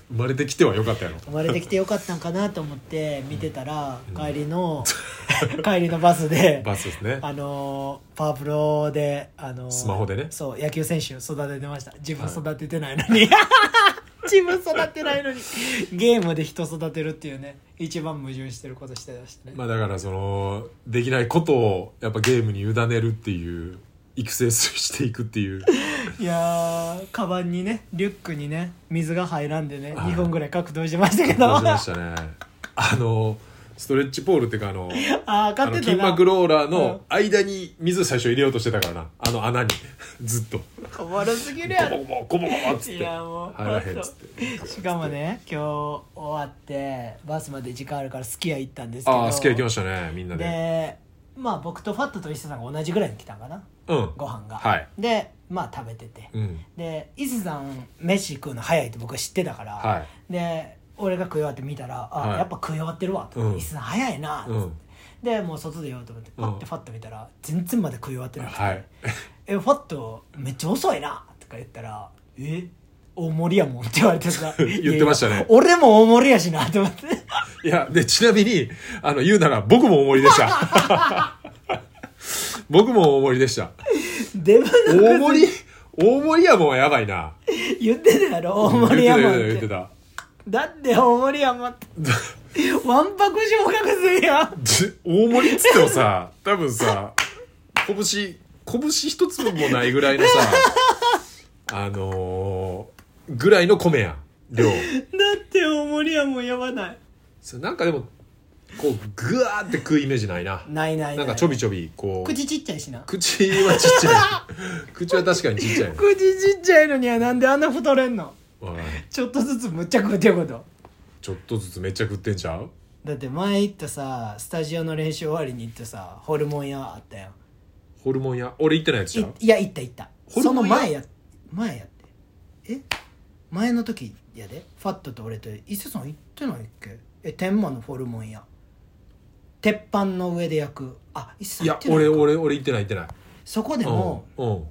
Speaker 1: 生まれてきてはよかったやろ
Speaker 2: 生まれてきてよかったんかなと思って見てたら、帰りの 帰りのバスで
Speaker 1: バスですね
Speaker 2: あのーパワープロで、あのー
Speaker 1: スマホでね
Speaker 2: そう野球選手を育ててました自分育ててないのに、 自分育てないのにゲームで人育てるっていうね一番矛盾してることしてましたね、
Speaker 1: まあだからそのできないことをやっぱゲームに委ねるっていう育成していくっていう
Speaker 2: いやーカバンにねリュックにね水が入らんでね
Speaker 1: はい
Speaker 2: 2本ぐらい格闘してましたけど
Speaker 1: 感じましたねあのストレッチポールっていうかあの
Speaker 2: ああ
Speaker 1: あ
Speaker 2: 買っ
Speaker 1: の
Speaker 2: てた
Speaker 1: 筋
Speaker 2: な
Speaker 1: 膜ローラー
Speaker 2: うん
Speaker 1: の間に水最初入れようとしてたからなあの穴にずっと
Speaker 2: おもろすぎるや
Speaker 1: ゴ
Speaker 2: ろ
Speaker 1: ボゴボゴボゴボっつっ
Speaker 2: い
Speaker 1: て
Speaker 2: やもう
Speaker 1: 入らへんっつって
Speaker 2: しかもね今日終わってバスまで時間あるからスキヤ行ったんですけど
Speaker 1: ああ好き行きましたねみんなで
Speaker 2: でまあ僕とファットと伊勢さんが同じぐらいに来たんかな
Speaker 1: うん
Speaker 2: ご飯が、
Speaker 1: はい
Speaker 2: でまあ食べてて、
Speaker 1: うん
Speaker 2: で伊勢さん飯食うの早いって僕は知ってたから、
Speaker 1: はい
Speaker 2: で俺が食い終わって見たら「あ、
Speaker 1: はい
Speaker 2: やっぱ食い終わってるわ」と
Speaker 1: うん
Speaker 2: 伊勢さん早いな」
Speaker 1: うん
Speaker 2: でもう外出ようと思ってパッてファッと見たら全然まだ食い終わってなくて「
Speaker 1: はい
Speaker 2: えファッとめっちゃ遅いな」とか言ったら「え大盛りやもん」って言われてさ
Speaker 1: 言ってましたね
Speaker 2: いやいや俺も大盛りやしなと思っ て
Speaker 1: いや、で、ちなみに、あの、言うなら、僕も大盛りでした。 僕も大盛りでした。
Speaker 2: デブの
Speaker 1: 大盛り、大盛りやもんはやばいな。
Speaker 2: 言ってたやろ大盛りやもんっ
Speaker 1: 言っ
Speaker 2: て
Speaker 1: てた
Speaker 2: だって大盛りや もんってわんぱく昇格するやん
Speaker 1: 言ってた。ず大盛りっつってもさ、多分さ、拳、拳一つもないぐらいのさ、あのーぐらいの米やん、量。
Speaker 2: だって大盛りやもんやばない
Speaker 1: そうなんかでも、こう、ぐわーって食うイメージないな。
Speaker 2: ないないない
Speaker 1: なんかちょびちょび、こう。
Speaker 2: 口ちっちゃいしな
Speaker 1: 口はちっちゃい。口は確かにちっちゃい な。
Speaker 2: 口ちっちゃいのにはなんであんな太れんの
Speaker 1: わからない
Speaker 2: ちょっとずつむっちゃ食うってこと
Speaker 1: ちょっとずつめっちゃ食ってんちゃう
Speaker 2: だって前行ったさスタジオの練習終わりに行ったさホルモン屋あったやん
Speaker 1: ホルモン屋俺行ってないやつじゃ
Speaker 2: い
Speaker 1: ん
Speaker 2: いや行った行った
Speaker 1: ホル
Speaker 2: そ
Speaker 1: モ
Speaker 2: の
Speaker 1: ン屋
Speaker 2: 前や前やってえ前の時やでファットと俺と伊勢さん行ってないっけえ天満のホルモン屋鉄板の上で焼くあ伊勢さん
Speaker 1: い
Speaker 2: 行
Speaker 1: や
Speaker 2: ってないか
Speaker 1: 俺俺俺行ってない行ってない
Speaker 2: そこでも、
Speaker 1: うんうん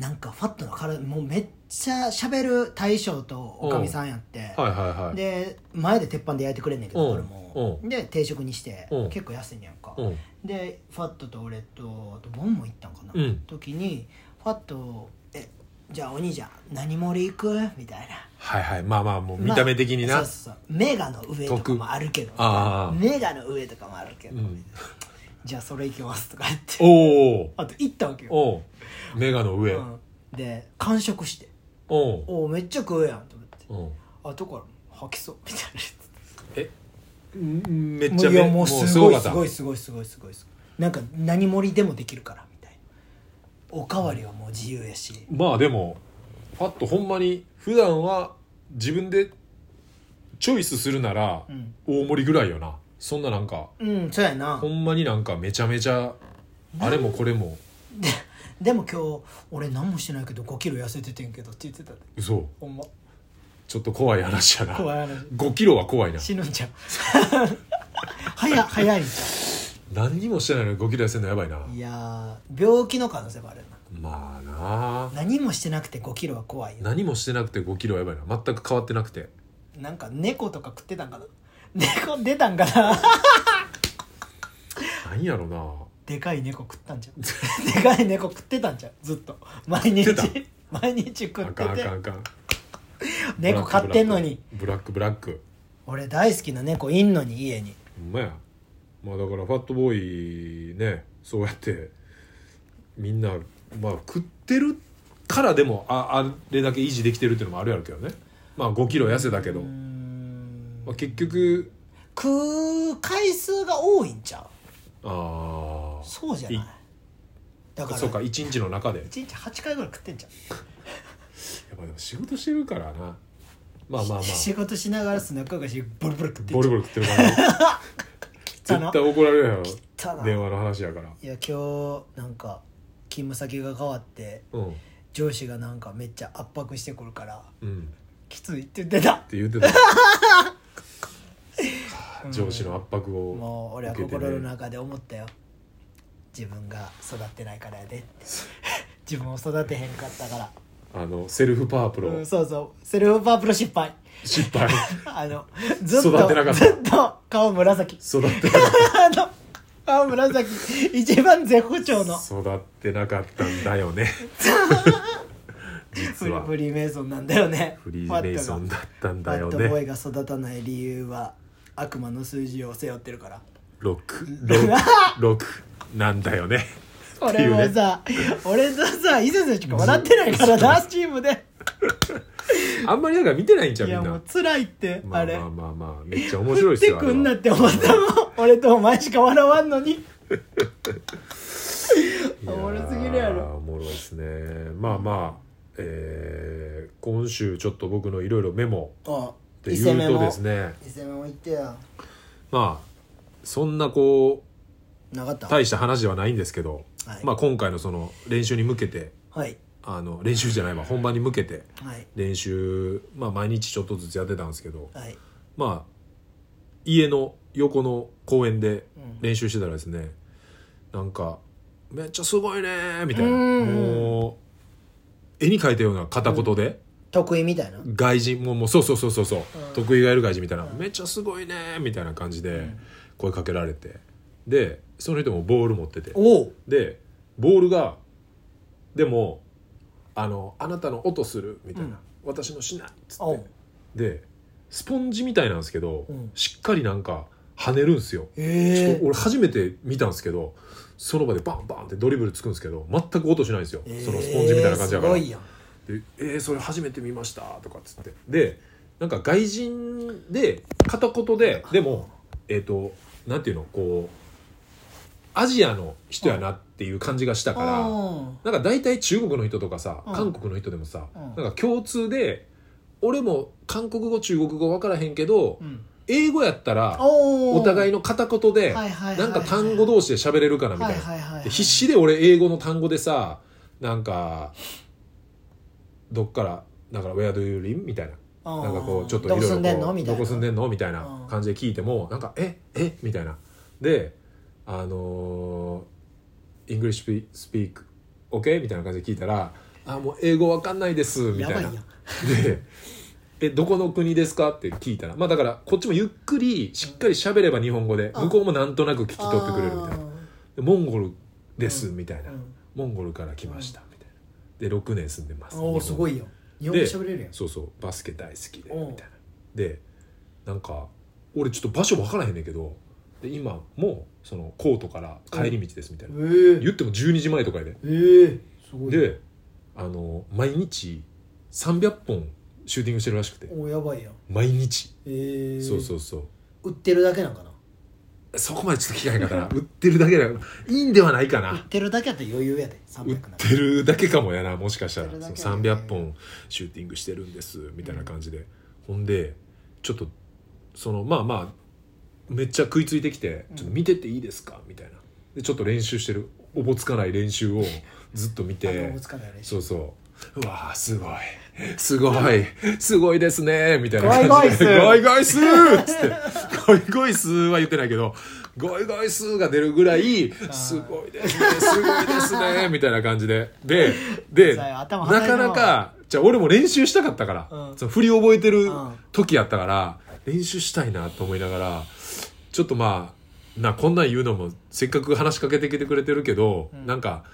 Speaker 2: なんかファットの体もうめっちゃ喋る大将とおかみさんやって、
Speaker 1: はいはいはい
Speaker 2: で前で鉄板で焼いてくれんねんけ
Speaker 1: うん
Speaker 2: どホルモ
Speaker 1: う
Speaker 2: ンで定食にして
Speaker 1: うん
Speaker 2: 結構安いねやんか
Speaker 1: うん
Speaker 2: でファットと俺とあとボンも行ったんかな、
Speaker 1: うん
Speaker 2: 時にファット「えじゃあお兄ちゃん何盛り行く?」みたいな
Speaker 1: はいはいまあまあもう
Speaker 2: ま
Speaker 1: 見
Speaker 2: あ
Speaker 1: た目的にな、
Speaker 2: そうそうそうメガの上とかもあるけど
Speaker 1: ああ
Speaker 2: メガの上とかもあるけど、
Speaker 1: うん
Speaker 2: じゃあそれ行きますとか言って
Speaker 1: おう
Speaker 2: あと行ったわけよ、
Speaker 1: おうメガの上おう
Speaker 2: うんで完食して
Speaker 1: お
Speaker 2: 「おおめっちゃ食うやん」と思って
Speaker 1: うん
Speaker 2: あとから吐きそうみたいな
Speaker 1: えんめっ
Speaker 2: も
Speaker 1: ちゃ
Speaker 2: うい
Speaker 1: め
Speaker 2: やもう
Speaker 1: も
Speaker 2: すごい
Speaker 1: かっ
Speaker 2: す
Speaker 1: た
Speaker 2: ごいすごいすごいすごいすごいなんか何盛りでもできるからみたいなおかわりはもう自由やし
Speaker 1: まあでもパッとほんまに普段は自分でチョイスするなら
Speaker 2: うん、
Speaker 1: 大盛りぐらいよなそんななんか
Speaker 2: うん、そうやな
Speaker 1: ほんまになんかめちゃめちゃあれもこれも
Speaker 2: ででも今日俺何もしてないけど5キロ痩せててんけどって言ってたで
Speaker 1: 嘘
Speaker 2: ほんま
Speaker 1: ちょっと怖い話やな
Speaker 2: 怖い話
Speaker 1: 5キロは怖いな
Speaker 2: 死ぬんちゃう 早早いんち
Speaker 1: 何にもしてないのに5キロ痩せるのやばいな
Speaker 2: ゃういやー病気の可能性もあるな
Speaker 1: まあなあ
Speaker 2: 何もしてなくて5キロは怖いよ
Speaker 1: 何もしてなくて5キロはやばいな全く変わってなくて
Speaker 2: なんか猫とか食ってたんかな猫出たんかな
Speaker 1: 何やろな
Speaker 2: でかい猫食ったんちゃう でかい猫食ってたんちゃうずっと毎日
Speaker 1: 食って
Speaker 2: 毎日食っ
Speaker 1: あ
Speaker 2: て
Speaker 1: かんあかん
Speaker 2: て
Speaker 1: あかん
Speaker 2: 猫飼ってんのに
Speaker 1: ブラックブラックブラック
Speaker 2: 俺大好きな猫いんのに家に
Speaker 1: ほんまやまあだからファットボーイねそうやってみんなまあ食ってるからでもああれだけ維持できてるっていうのもあるやろうけどねまあ5キロ痩せたけど、
Speaker 2: うーん
Speaker 1: まあ、結局
Speaker 2: 食う回数が多いんちゃう
Speaker 1: ああ
Speaker 2: そうじゃない
Speaker 1: い
Speaker 2: だから
Speaker 1: そうか一日の中で
Speaker 2: 1日8回ぐらい食ってんじゃん、
Speaker 1: やっぱでも仕事してるからなまあまあまあ
Speaker 2: 仕事しながらスナック菓子ボロボロ食ってん
Speaker 1: ボ
Speaker 2: じ
Speaker 1: リ
Speaker 2: ゃん
Speaker 1: ボリ食って るから
Speaker 2: 汚
Speaker 1: な絶対怒られるや
Speaker 2: 汚
Speaker 1: ろ電話の話やから
Speaker 2: いや今日なんか勤務先が変わって
Speaker 1: うん
Speaker 2: 上司がなんかめっちゃ圧迫してくるから
Speaker 1: うん
Speaker 2: きついって言ってた
Speaker 1: って言っ てた上司の圧迫
Speaker 2: も
Speaker 1: を
Speaker 2: う俺
Speaker 1: 受
Speaker 2: は
Speaker 1: けて、ね、
Speaker 2: 心の中で思ったよ自分が育ってないからやでって 自分を育てへんかったから、
Speaker 1: あのセルフパワープロ、
Speaker 2: うん、そうそうセルフパワープロ失敗
Speaker 1: 失敗
Speaker 2: あのずっと
Speaker 1: 育てなかった
Speaker 2: ずっと顔紫
Speaker 1: 育ってなかっ
Speaker 2: あの顔紫一番絶不調の
Speaker 1: た育ってなかったんだよね実
Speaker 2: フリ
Speaker 1: は
Speaker 2: フリーメイソンなんだよね
Speaker 1: フリーメイソンだった
Speaker 2: フ
Speaker 1: ん
Speaker 2: ァ
Speaker 1: だ
Speaker 2: ッ
Speaker 1: よ
Speaker 2: トがファットボー
Speaker 1: ね
Speaker 2: イが育たない理由は悪魔の数字を背負ってるから
Speaker 1: 666なんだよねってい
Speaker 2: 俺
Speaker 1: うね
Speaker 2: もさ、俺とさ伊勢選手しか笑ってないからなチームで
Speaker 1: あんまりだから見てないんちゃう
Speaker 2: い
Speaker 1: みん
Speaker 2: や
Speaker 1: な
Speaker 2: もう辛いって
Speaker 1: まあ
Speaker 2: あれ
Speaker 1: まあまあまあめっちゃ面白いっす
Speaker 2: て
Speaker 1: よあれ
Speaker 2: くんな
Speaker 1: は
Speaker 2: って思ったも ん俺とお前しか笑わんのに
Speaker 1: いやー
Speaker 2: おもろすぎるやろ
Speaker 1: おもろいですねまあまあえー今週ちょっと僕のいろいろメモ
Speaker 2: あ
Speaker 1: っていうとですね
Speaker 2: 伊勢も言ってや
Speaker 1: まあそんなこ
Speaker 2: なかった
Speaker 1: う大した話ではないんですけど、
Speaker 2: はい
Speaker 1: まあ今回のその練習に向けて
Speaker 2: はい
Speaker 1: あの練習じゃないわ本番に向けて
Speaker 2: はい
Speaker 1: 練習まあ毎日ちょっとずつやってたんですけど
Speaker 2: はい
Speaker 1: まあ家の横の公園で
Speaker 2: うん
Speaker 1: 練習してたらですねなんか「めっちゃすごいねー」みたいな
Speaker 2: うん
Speaker 1: もう絵に描いたような片言で
Speaker 2: 得意みたいな、うん
Speaker 1: 外人もうもうそうそうそうそうそう
Speaker 2: うん
Speaker 1: 得意がいる外人みたいな
Speaker 2: う
Speaker 1: 「
Speaker 2: ん
Speaker 1: めっちゃすごいねー」みたいな感じ
Speaker 2: う
Speaker 1: で
Speaker 2: ん
Speaker 1: 声かけられてでその人もボール持ってて
Speaker 2: おう
Speaker 1: でボールがでもあの「あなたの音する」みたいな「私のしない」っつっ
Speaker 2: お
Speaker 1: て
Speaker 2: う
Speaker 1: でスポンジみたいなんですけど、
Speaker 2: うん
Speaker 1: しっかりなんか跳ねるんですよ、ちょっ
Speaker 2: え
Speaker 1: と俺初めて見たんですけどその場でバンバンってドリブルつくんですけど全く音しないんですよ、
Speaker 2: え
Speaker 1: そのスポンジみたいな感じだから「
Speaker 2: えーすごいやん
Speaker 1: でえーそれ初めて見ました」とかっつってでなんか外人で片言ででもえっ、となんていうのこうアジアの人やなっていう感じがしたから、
Speaker 2: うん
Speaker 1: なんか大体中国の人とかさ、
Speaker 2: うん
Speaker 1: 韓国の人でもさ、
Speaker 2: うん
Speaker 1: なんか共通で俺も韓国語中国語分からへんけど、英語やったら
Speaker 2: お
Speaker 1: お互い
Speaker 2: い
Speaker 1: の片言でなんか単語同士で喋れるかなみたいな、で必死で俺英語の単語でさなんかどっからだから「Where do you live?」みたいななんかこうちょっといろい
Speaker 2: どこ住んでん
Speaker 1: ろ
Speaker 2: の
Speaker 1: こう
Speaker 2: みたい
Speaker 1: ど
Speaker 2: な
Speaker 1: こ住んでんのみたい
Speaker 2: うん
Speaker 1: な感じで聞いてもなんか「ええみたいなで「あのー、イングリッシュスピーク OK?」みたいな感じで聞いたら「あもう英語わかんないです」み
Speaker 2: や
Speaker 1: た
Speaker 2: ば
Speaker 1: い
Speaker 2: いや。
Speaker 1: なんで「えどこの国ですか?」って聞いたらまあだからこっちもゆっくりしっかり喋れば日本語で
Speaker 2: うん
Speaker 1: 向こうもなんとなく聞き取ってくれるみたいな「でモンゴルです」みたいな
Speaker 2: うん
Speaker 1: 「モンゴルから来ました」みたいなで6年住んでます
Speaker 2: おおすご
Speaker 1: い
Speaker 2: いよ日本語喋れるやん
Speaker 1: そうそうバスケ大好きで
Speaker 2: うん
Speaker 1: みたいなでなんか俺ちょっと場所分からへんねんけどで今もうそのコートから帰り道ですみたいな
Speaker 2: え
Speaker 1: 言っても12時前とかやで
Speaker 2: えーすごい
Speaker 1: であの毎日300本シューティングしてるらしくて
Speaker 2: おおやばいやん
Speaker 1: 毎日
Speaker 2: ええ
Speaker 1: そうそうそう
Speaker 2: 売ってるだけなんかな
Speaker 1: そこまでちょっと聞かへんかったな売ってるだけだいいんではないか
Speaker 2: 売っ
Speaker 1: な
Speaker 2: てるだけやったら余裕やで
Speaker 1: 売
Speaker 2: 300な
Speaker 1: っ
Speaker 2: んか
Speaker 1: てるだけかもやなもしかしたら
Speaker 2: 売ってるだけ
Speaker 1: その300本シューティングしてるんですみたいな感じで、ほんでちょっとそのまあまあめっちゃ食いついてきて「ちょっと見てていいですか?」みたいなでちょっと練習してるおぼつかない練習をずっと見
Speaker 2: あの
Speaker 1: て
Speaker 2: ぶつかない練習
Speaker 1: そうそう。うわあ、すごい。すごい。すごいですね。みたいな
Speaker 2: ゴイ
Speaker 1: 感
Speaker 2: ゴイ
Speaker 1: じ
Speaker 2: ス
Speaker 1: で。
Speaker 2: ー
Speaker 1: ゴイゴイスーっつって。ゴイゴイスーは言ってないけど、ゴイゴイスーが出るぐらい、すごいですね。すごいですね。みたいな感じで。で、で、
Speaker 2: そうや
Speaker 1: な
Speaker 2: 頭働いて
Speaker 1: か
Speaker 2: るわ
Speaker 1: なか、じゃあ俺も練習したかったから、
Speaker 2: うん
Speaker 1: その振り覚えてる
Speaker 2: うん
Speaker 1: 時やったから、練習したいなと思いながら、ちょっとまあ、な、こんなん言うのも、せっかく話しかけてきてくれてるけど、
Speaker 2: うん
Speaker 1: なんか、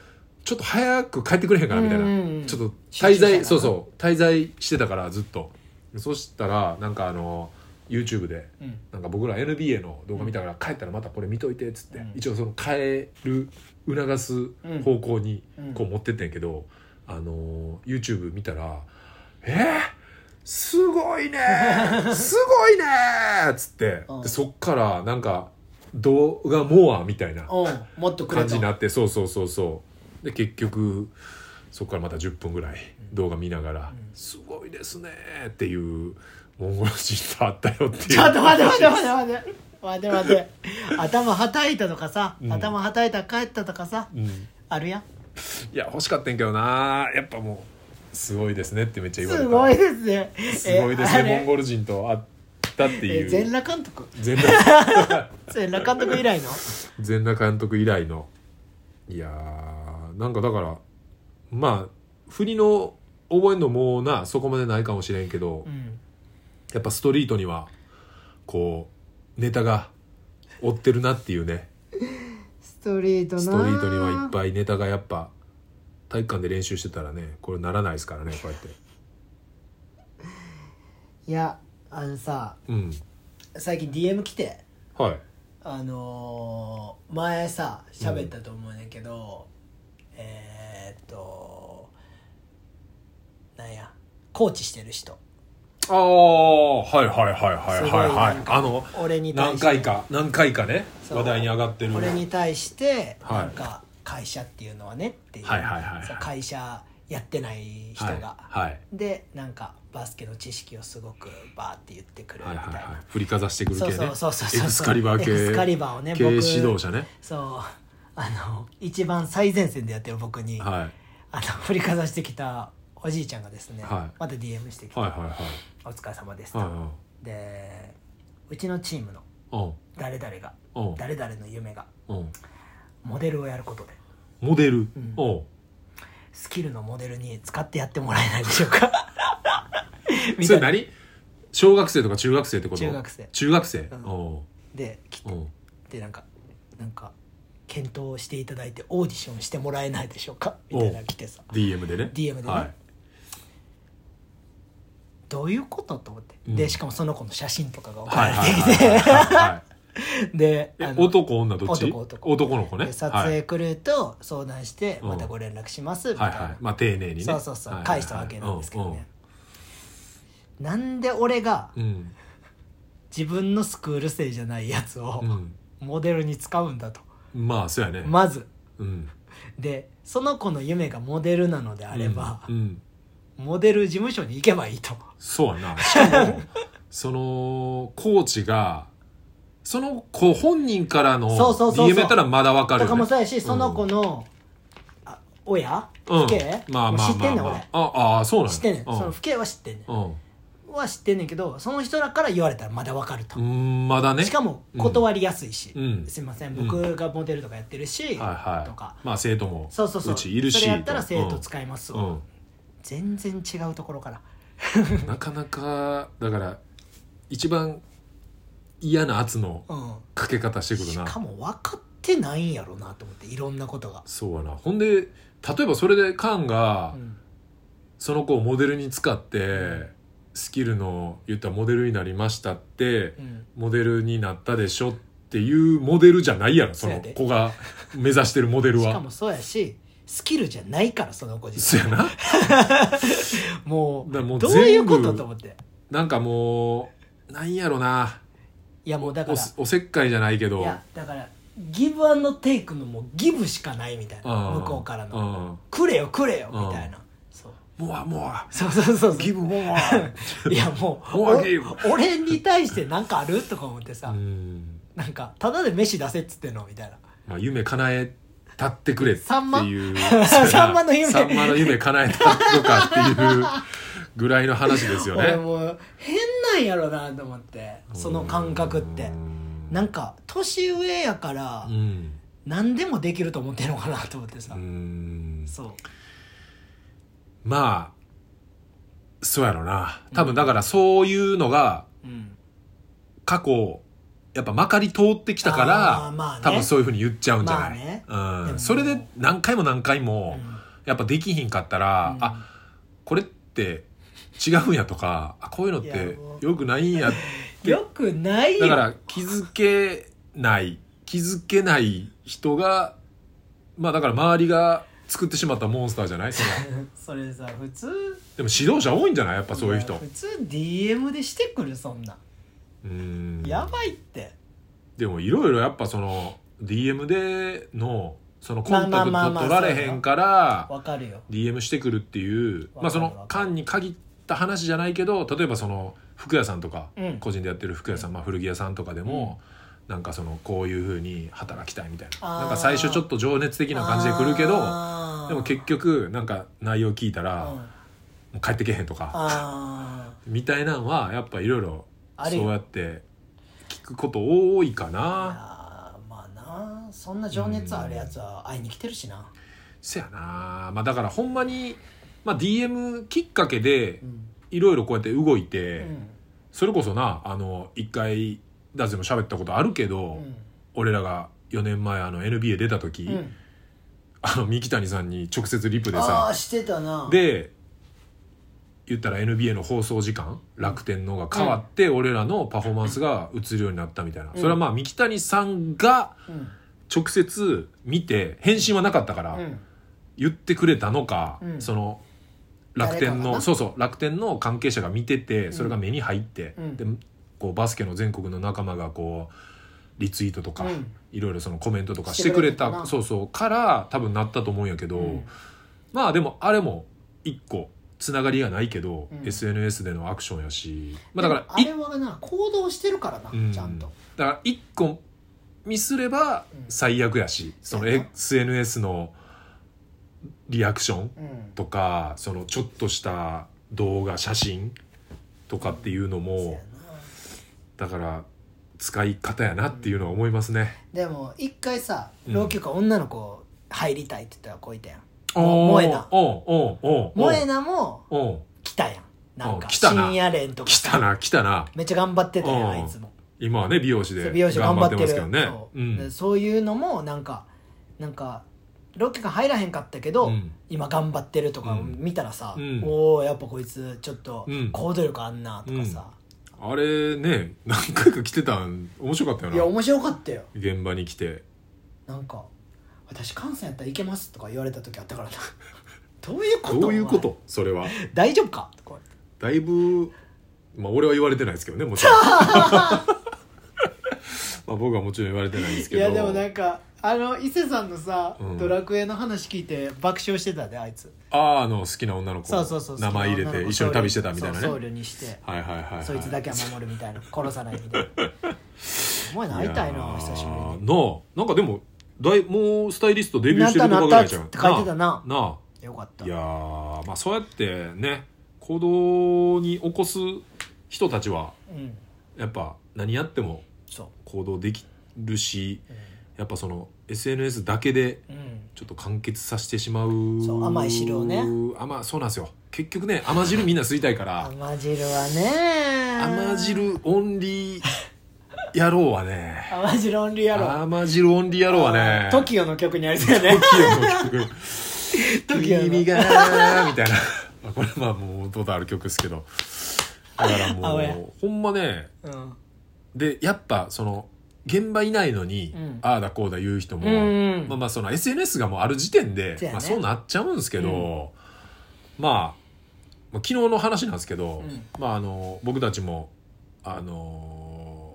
Speaker 1: ちょっと早く帰ってくれへんかなみたいな、
Speaker 2: うんうんうん
Speaker 1: ちょっと
Speaker 2: 集中
Speaker 1: 滞
Speaker 2: したい
Speaker 1: 在
Speaker 2: な
Speaker 1: そうそう滞在してたからずっとそしたらなんかあの YouTube で
Speaker 2: うん
Speaker 1: なんか僕ら NBA の動画見たから、帰ったらまたこれ見といてっつって、
Speaker 2: うん
Speaker 1: 一応その帰る促す方向に
Speaker 2: うん
Speaker 1: こう持ってってんけど、あの YouTube 見たら「えー、すごいね ーすごいねー!」っつって、
Speaker 2: うん
Speaker 1: でそっからなんか動画モアみたいな
Speaker 2: おうもっとくれ
Speaker 1: 感じ
Speaker 2: と
Speaker 1: になってそうそうそうそうで結局そこからまた10分ぐらい動画見ながら「
Speaker 2: うん
Speaker 1: すごいですね」っていうモンゴル人と会ったよっていう
Speaker 2: ちょっと待って待って待って待って待って待って頭はたいたとかさ、
Speaker 1: うん
Speaker 2: 頭はたいた帰ったとかさ
Speaker 1: うん、い
Speaker 2: あるやん
Speaker 1: や欲しかったんやけどなやっぱもう「すごいですね」ってめっちゃ言われ
Speaker 2: す
Speaker 1: た
Speaker 2: ごいですね
Speaker 1: すごいですねモン
Speaker 2: ゴ
Speaker 1: ゴル人と会ったっていう
Speaker 2: 全裸監督
Speaker 1: 全裸
Speaker 2: 全裸監督以来の
Speaker 1: 全裸監督以来のいやーなんかだからまあ振りの覚えんのもうなそこまでないかもしれんけど、
Speaker 2: うん
Speaker 1: やっぱストリートにはこうネタが追ってるなっていうね
Speaker 2: ストリートな
Speaker 1: ストリートにはいっぱいネタがやっぱ体育館で練習してたらねこれならないですからねこうやって
Speaker 2: いやあのさ
Speaker 1: うん
Speaker 2: 最近 DM 来て
Speaker 1: はい
Speaker 2: あのー前さ喋ったと思うねんけど、えー、っとなんやコーチしてる人
Speaker 1: ああはいはいはいはい
Speaker 2: す
Speaker 1: は
Speaker 2: ご
Speaker 1: い
Speaker 2: いな
Speaker 1: は
Speaker 2: いんか
Speaker 1: あの
Speaker 2: 俺に対
Speaker 1: 何
Speaker 2: して
Speaker 1: 回か何回かね
Speaker 2: そう
Speaker 1: 話題に上がってる
Speaker 2: 俺に対して
Speaker 1: はい
Speaker 2: なんか会社っていうのはねっていう、
Speaker 1: はいはいはいはい
Speaker 2: そう会社やってない人
Speaker 1: はい
Speaker 2: が、
Speaker 1: はい
Speaker 2: でなんかバスケの知識をすごくバーって言ってくるみ
Speaker 1: は
Speaker 2: た
Speaker 1: い
Speaker 2: いな、
Speaker 1: はいはい振りかざしてくる系
Speaker 2: そう
Speaker 1: ね
Speaker 2: そうそうそうそう
Speaker 1: エクスカリバー系
Speaker 2: エクスカリバーをね
Speaker 1: 系
Speaker 2: 僕
Speaker 1: 指導者ね
Speaker 2: そうあの一番最前線でやってる僕に、
Speaker 1: はい
Speaker 2: あの振りかざしてきたおじいちゃんがですね、
Speaker 1: はい
Speaker 2: また DM してきて、
Speaker 1: はいはいはい
Speaker 2: お疲れ様です」と
Speaker 1: はいは
Speaker 2: でうちのチームの
Speaker 1: うん
Speaker 2: 誰々が
Speaker 1: うん
Speaker 2: 誰々の夢が
Speaker 1: うん
Speaker 2: モデルをやることで
Speaker 1: モデル
Speaker 2: うん
Speaker 1: おう
Speaker 2: スキルのモデルに使ってやってもらえないでしょう かみ
Speaker 1: そ
Speaker 2: たい
Speaker 1: れ
Speaker 2: な
Speaker 1: 何小学生とか中学生ってこと
Speaker 2: 中学生
Speaker 1: 中学生
Speaker 2: うん
Speaker 1: お
Speaker 2: で来
Speaker 1: ううん
Speaker 2: てなんかなんか検討していただいてオーディションしてもらえないでしょうかみたいなの来てさ
Speaker 1: DM でね
Speaker 2: DM でね
Speaker 1: はい
Speaker 2: どういうことと思って、
Speaker 1: うん
Speaker 2: でしかもその子の写真とかが送
Speaker 1: は
Speaker 2: られ
Speaker 1: いはい
Speaker 2: てきて、
Speaker 1: は いはい
Speaker 2: で
Speaker 1: え
Speaker 2: あの
Speaker 1: 男女どっち
Speaker 2: 男男
Speaker 1: の子ね
Speaker 2: で撮
Speaker 1: はい
Speaker 2: 影クルーと相談して
Speaker 1: うん
Speaker 2: またご連絡しますみた
Speaker 1: はいい
Speaker 2: な、
Speaker 1: はいまあ丁寧にね
Speaker 2: そうそうそう、
Speaker 1: はいはいはい
Speaker 2: 返したわけなんですけどね、
Speaker 1: うんうん
Speaker 2: なんで俺が
Speaker 1: うん
Speaker 2: 自分のスクール生じゃないやつを
Speaker 1: うん
Speaker 2: モデルに使うんだと、
Speaker 1: まあそうやね
Speaker 2: まず
Speaker 1: うん
Speaker 2: でその子の夢がモデルなのであれば、
Speaker 1: うんうん
Speaker 2: モデル事務所に行けばいいと
Speaker 1: そうやなしかもそのコーチがその子本人からの
Speaker 2: そうそうそうそう
Speaker 1: DM やったらまだわかる
Speaker 2: と
Speaker 1: よ
Speaker 2: かも
Speaker 1: ね
Speaker 2: そうやしその子の、あ親
Speaker 1: うん
Speaker 2: 父兄、
Speaker 1: まあ
Speaker 2: もう
Speaker 1: まあ
Speaker 2: 知って
Speaker 1: ま
Speaker 2: ん
Speaker 1: あ
Speaker 2: ねん
Speaker 1: ま
Speaker 2: 俺
Speaker 1: あああそうなんや
Speaker 2: 知ってんねん、
Speaker 1: うん
Speaker 2: その父兄は知ってんねん、
Speaker 1: うん
Speaker 2: は知ってんねんけどその人らから言われたらまだわかると、
Speaker 1: うんまだね
Speaker 2: しかも断りやすいし、
Speaker 1: うん
Speaker 2: すいません
Speaker 1: うん
Speaker 2: 僕がモデルとかやってるし、
Speaker 1: はいはい
Speaker 2: とか
Speaker 1: まあ生徒も
Speaker 2: そうそうそう
Speaker 1: ちいるし
Speaker 2: それやったら生徒
Speaker 1: と
Speaker 2: 使います
Speaker 1: う
Speaker 2: わ、
Speaker 1: ん
Speaker 2: 全然違うところから
Speaker 1: うんなかなかだから一番嫌な圧の
Speaker 2: うん
Speaker 1: かけ方してくる
Speaker 2: し
Speaker 1: な
Speaker 2: かも分かってないんやろなと思っていろんなことが、
Speaker 1: そうやなほんで例えばそれでカンが
Speaker 2: うん
Speaker 1: その子をモデルに使って
Speaker 2: ん
Speaker 1: スキルの言ったらモデルになりましたって
Speaker 2: うん
Speaker 1: モデルになったでしょっていうモデルじゃないやろそ
Speaker 2: そう
Speaker 1: の
Speaker 2: やで
Speaker 1: 子が目指してるモデル
Speaker 2: しか
Speaker 1: は
Speaker 2: もそうやしスキルじゃないからその子自
Speaker 1: そう
Speaker 2: 身
Speaker 1: やな
Speaker 2: も
Speaker 1: だからもう
Speaker 2: うどういうこ
Speaker 1: 全
Speaker 2: と
Speaker 1: 部
Speaker 2: と思って
Speaker 1: なんかもうなんやろない
Speaker 2: やもうだから
Speaker 1: おおせっかいじゃないけど
Speaker 2: いやだからギブアンドテイクのもうギブしかないみたいな
Speaker 1: うん
Speaker 2: 向こうからの
Speaker 1: うん
Speaker 2: くれよくれよ
Speaker 1: うん
Speaker 2: みたいなそう
Speaker 1: もうも
Speaker 2: そうそうそう
Speaker 1: うギ
Speaker 2: そ
Speaker 1: ブも
Speaker 2: ういやもう
Speaker 1: もう
Speaker 2: お
Speaker 1: ギブ
Speaker 2: 俺に対してなんかあるとか思って
Speaker 1: う
Speaker 2: さ、
Speaker 1: うん
Speaker 2: なんかただで飯出せっつってんのみたいな
Speaker 1: まあ夢叶えたってくれって
Speaker 2: さんま
Speaker 1: いう
Speaker 2: さんまの夢
Speaker 1: さんまの夢叶えたのかっていうぐらいの話ですよ
Speaker 2: 俺
Speaker 1: ね
Speaker 2: もう変なんやろなと思ってその感覚ってなんか年上やから
Speaker 1: うん
Speaker 2: 何でもできると思ってんのかなと思って
Speaker 1: う
Speaker 2: さ、
Speaker 1: ん
Speaker 2: そう
Speaker 1: まあそうやろな多分だからそういうのが
Speaker 2: うん
Speaker 1: 過去やっぱまかり通ってきたか
Speaker 2: あー
Speaker 1: ら、
Speaker 2: まあね
Speaker 1: 多分そういうふうに言っちゃうんじゃない、
Speaker 2: まあねで
Speaker 1: うん、
Speaker 2: も
Speaker 1: それで何回も何回もやっぱできひんかったら、あ
Speaker 2: あ
Speaker 1: これって違うんやとかあこういうのっ
Speaker 2: いや
Speaker 1: て
Speaker 2: もう
Speaker 1: よくないんや
Speaker 2: よくないよ
Speaker 1: だから気づけない気づけない人がまあだから周りが作ってしまったモンスターじゃないその
Speaker 2: それさ普通
Speaker 1: でも指導者多いんじゃないやっぱそういう人
Speaker 2: や普通 DM でしてくるそんな、
Speaker 1: うん
Speaker 2: やばいって
Speaker 1: でもいろいろやっぱその DM でのそのコンタク
Speaker 2: まあまあ
Speaker 1: ト
Speaker 2: まあ
Speaker 1: 取
Speaker 2: まあ
Speaker 1: られへんから
Speaker 2: わかるよ
Speaker 1: DM してくるっていう
Speaker 2: わかる
Speaker 1: まあそ
Speaker 2: わか
Speaker 1: の
Speaker 2: る
Speaker 1: 間に限った話じゃないけど例えばその服屋さんとか、
Speaker 2: うん
Speaker 1: 個人でやってる服屋さん、まあ、古着屋さんとかでも、なんかそのこういうふうに働きたいみたい
Speaker 2: あ
Speaker 1: な
Speaker 2: ー
Speaker 1: なんか最初ちょっと情熱的な感じで来るけど
Speaker 2: あー
Speaker 1: でも結局なんか内容聞いたら、
Speaker 2: うん
Speaker 1: もう帰ってけへんとか
Speaker 2: あ
Speaker 1: みたいなんはやっぱいろいろ
Speaker 2: あるよ
Speaker 1: そうやって聞くこと多いか
Speaker 2: ー
Speaker 1: な。
Speaker 2: あーまあなそんな情熱あるやつは会いに来てるしな
Speaker 1: せやなまあだからほんまに、まあ、DM きっかけで
Speaker 2: うん、
Speaker 1: いろいろこうやって動いて。
Speaker 2: うん
Speaker 1: それこそなあの一回ダズでも喋ったことあるけど、俺らが4年前あの NBA 出た時、
Speaker 2: うんうん
Speaker 1: あの三木谷さんに直接リプで
Speaker 2: ああ
Speaker 1: さ
Speaker 2: してたな
Speaker 1: で言ったら NBA の放送時間楽天のが変わって、俺らのパフォーマンスが映るようになったみたいな、
Speaker 2: うん
Speaker 1: それはまあ三木谷さんが
Speaker 2: うん
Speaker 1: 直接見て返信はなかったから、
Speaker 2: うん
Speaker 1: 言ってくれたのか、
Speaker 2: うん
Speaker 1: その楽天
Speaker 2: 誰かが
Speaker 1: の
Speaker 2: な
Speaker 1: そうそう楽天の関係者が見ててそれが目に入って、
Speaker 2: うん
Speaker 1: でこうバスケの全国の仲間がこうリツイートとか、
Speaker 2: うん
Speaker 1: いろいろそのコメントとかし
Speaker 2: してて
Speaker 1: く
Speaker 2: く
Speaker 1: れ
Speaker 2: れた
Speaker 1: た
Speaker 2: かな
Speaker 1: そうそうから多分なったと思うんやけど、
Speaker 2: うん
Speaker 1: まあでもあれも一個つながりがないけど、
Speaker 2: うん
Speaker 1: SNS でのアクションやし、まあ、だから
Speaker 2: で
Speaker 1: い
Speaker 2: もあれはな行動してるからな、
Speaker 1: うん
Speaker 2: ちゃんと
Speaker 1: だから一個ミスれば
Speaker 2: うん
Speaker 1: 最悪やし、その
Speaker 2: そうやな
Speaker 1: SNS のリアクション
Speaker 2: うん
Speaker 1: とかそのちょっとした動画写真とかっていうの
Speaker 2: そう
Speaker 1: も
Speaker 2: やな
Speaker 1: だから使い方やなっていうのは思いますね、
Speaker 2: でも一回さ
Speaker 1: うん
Speaker 2: 老朽化女の子入りたいって言ったらこういたやん
Speaker 1: おー
Speaker 2: 萌えな
Speaker 1: おうおうおう
Speaker 2: 萌えなも
Speaker 1: おう
Speaker 2: 来たやんなん
Speaker 1: う
Speaker 2: か
Speaker 1: ん来たな
Speaker 2: 深夜連とか
Speaker 1: 来たな来たな
Speaker 2: めっちゃ頑張ってたやん
Speaker 1: うん
Speaker 2: あいつも
Speaker 1: 今はね美容師で
Speaker 2: 美容師頑張って
Speaker 1: ま
Speaker 2: る
Speaker 1: すけどね
Speaker 2: そううで
Speaker 1: ん
Speaker 2: そういうのもなんかなんか老朽化入らへんかったけど、
Speaker 1: うん
Speaker 2: 今頑張ってるとか
Speaker 1: うん
Speaker 2: 見たらさ、
Speaker 1: うん
Speaker 2: おおやっぱこいつちょっと
Speaker 1: うん
Speaker 2: 行動力あんなとかさ、
Speaker 1: あれね何回か来てたん面白かった
Speaker 2: いや
Speaker 1: よな
Speaker 2: 面白かったよ
Speaker 1: 現場に来て
Speaker 2: なんか「私関西やったらいけます」とか言われた時あった からなどういうこと
Speaker 1: どういうこ
Speaker 2: お
Speaker 1: とそれは
Speaker 2: 前大丈夫かとか
Speaker 1: だいぶまあ俺は言われてないですけどねもちろ んまあ僕はもちろん言われてないですけ
Speaker 2: い
Speaker 1: ど
Speaker 2: やでもなんかあの伊勢さんのさ、
Speaker 1: うん
Speaker 2: ドラクエの話聞いて爆笑してたであいつ
Speaker 1: あああの好きな女の子
Speaker 2: そうそうそう
Speaker 1: 名前入れて一緒に旅してたみたいなね
Speaker 2: そう僧侶にして
Speaker 1: はいはいはい、はい、
Speaker 2: そいつだけは守るみた いな殺さないみたいなお前なりたいな久しぶりに
Speaker 1: になあなんかでもだいもうスタイリストデビューしてるとかぐらいじゃん
Speaker 2: なったなったって書いてたな
Speaker 1: な
Speaker 2: よかっ
Speaker 1: あ
Speaker 2: た
Speaker 1: いやーまあそうやってね行動に起こす人たちは
Speaker 2: うん
Speaker 1: やっぱ何やっても
Speaker 2: そ
Speaker 1: 行動できるし
Speaker 2: う
Speaker 1: やっぱその SNS だけで
Speaker 2: うん、
Speaker 1: ちょっと完結させてしまう
Speaker 2: そう甘い汁をね
Speaker 1: 甘そうなんですよ結局ね甘汁みんな吸いたいから
Speaker 2: 甘汁はね
Speaker 1: 甘汁オンリー野郎はね
Speaker 2: 甘汁オンリーやろ
Speaker 1: 甘汁オンリー野郎はね
Speaker 2: TOKIO の曲にありそうやね
Speaker 1: TOKIO の曲
Speaker 2: TOKIO の
Speaker 1: 君がみたいな まあこれまあもう元ある曲ですけどだからも
Speaker 2: 青や
Speaker 1: うほんまね
Speaker 2: うん
Speaker 1: でやっぱその現場いないのに、
Speaker 2: うん
Speaker 1: ああだこうだ言う人も、
Speaker 2: うんうん
Speaker 1: まあまあその SNS がもうある時点で
Speaker 2: そうやね
Speaker 1: まあ、そうなっちゃうんですけど、まあまあ昨日の話なんですけど、
Speaker 2: うん
Speaker 1: まああの僕たちもあの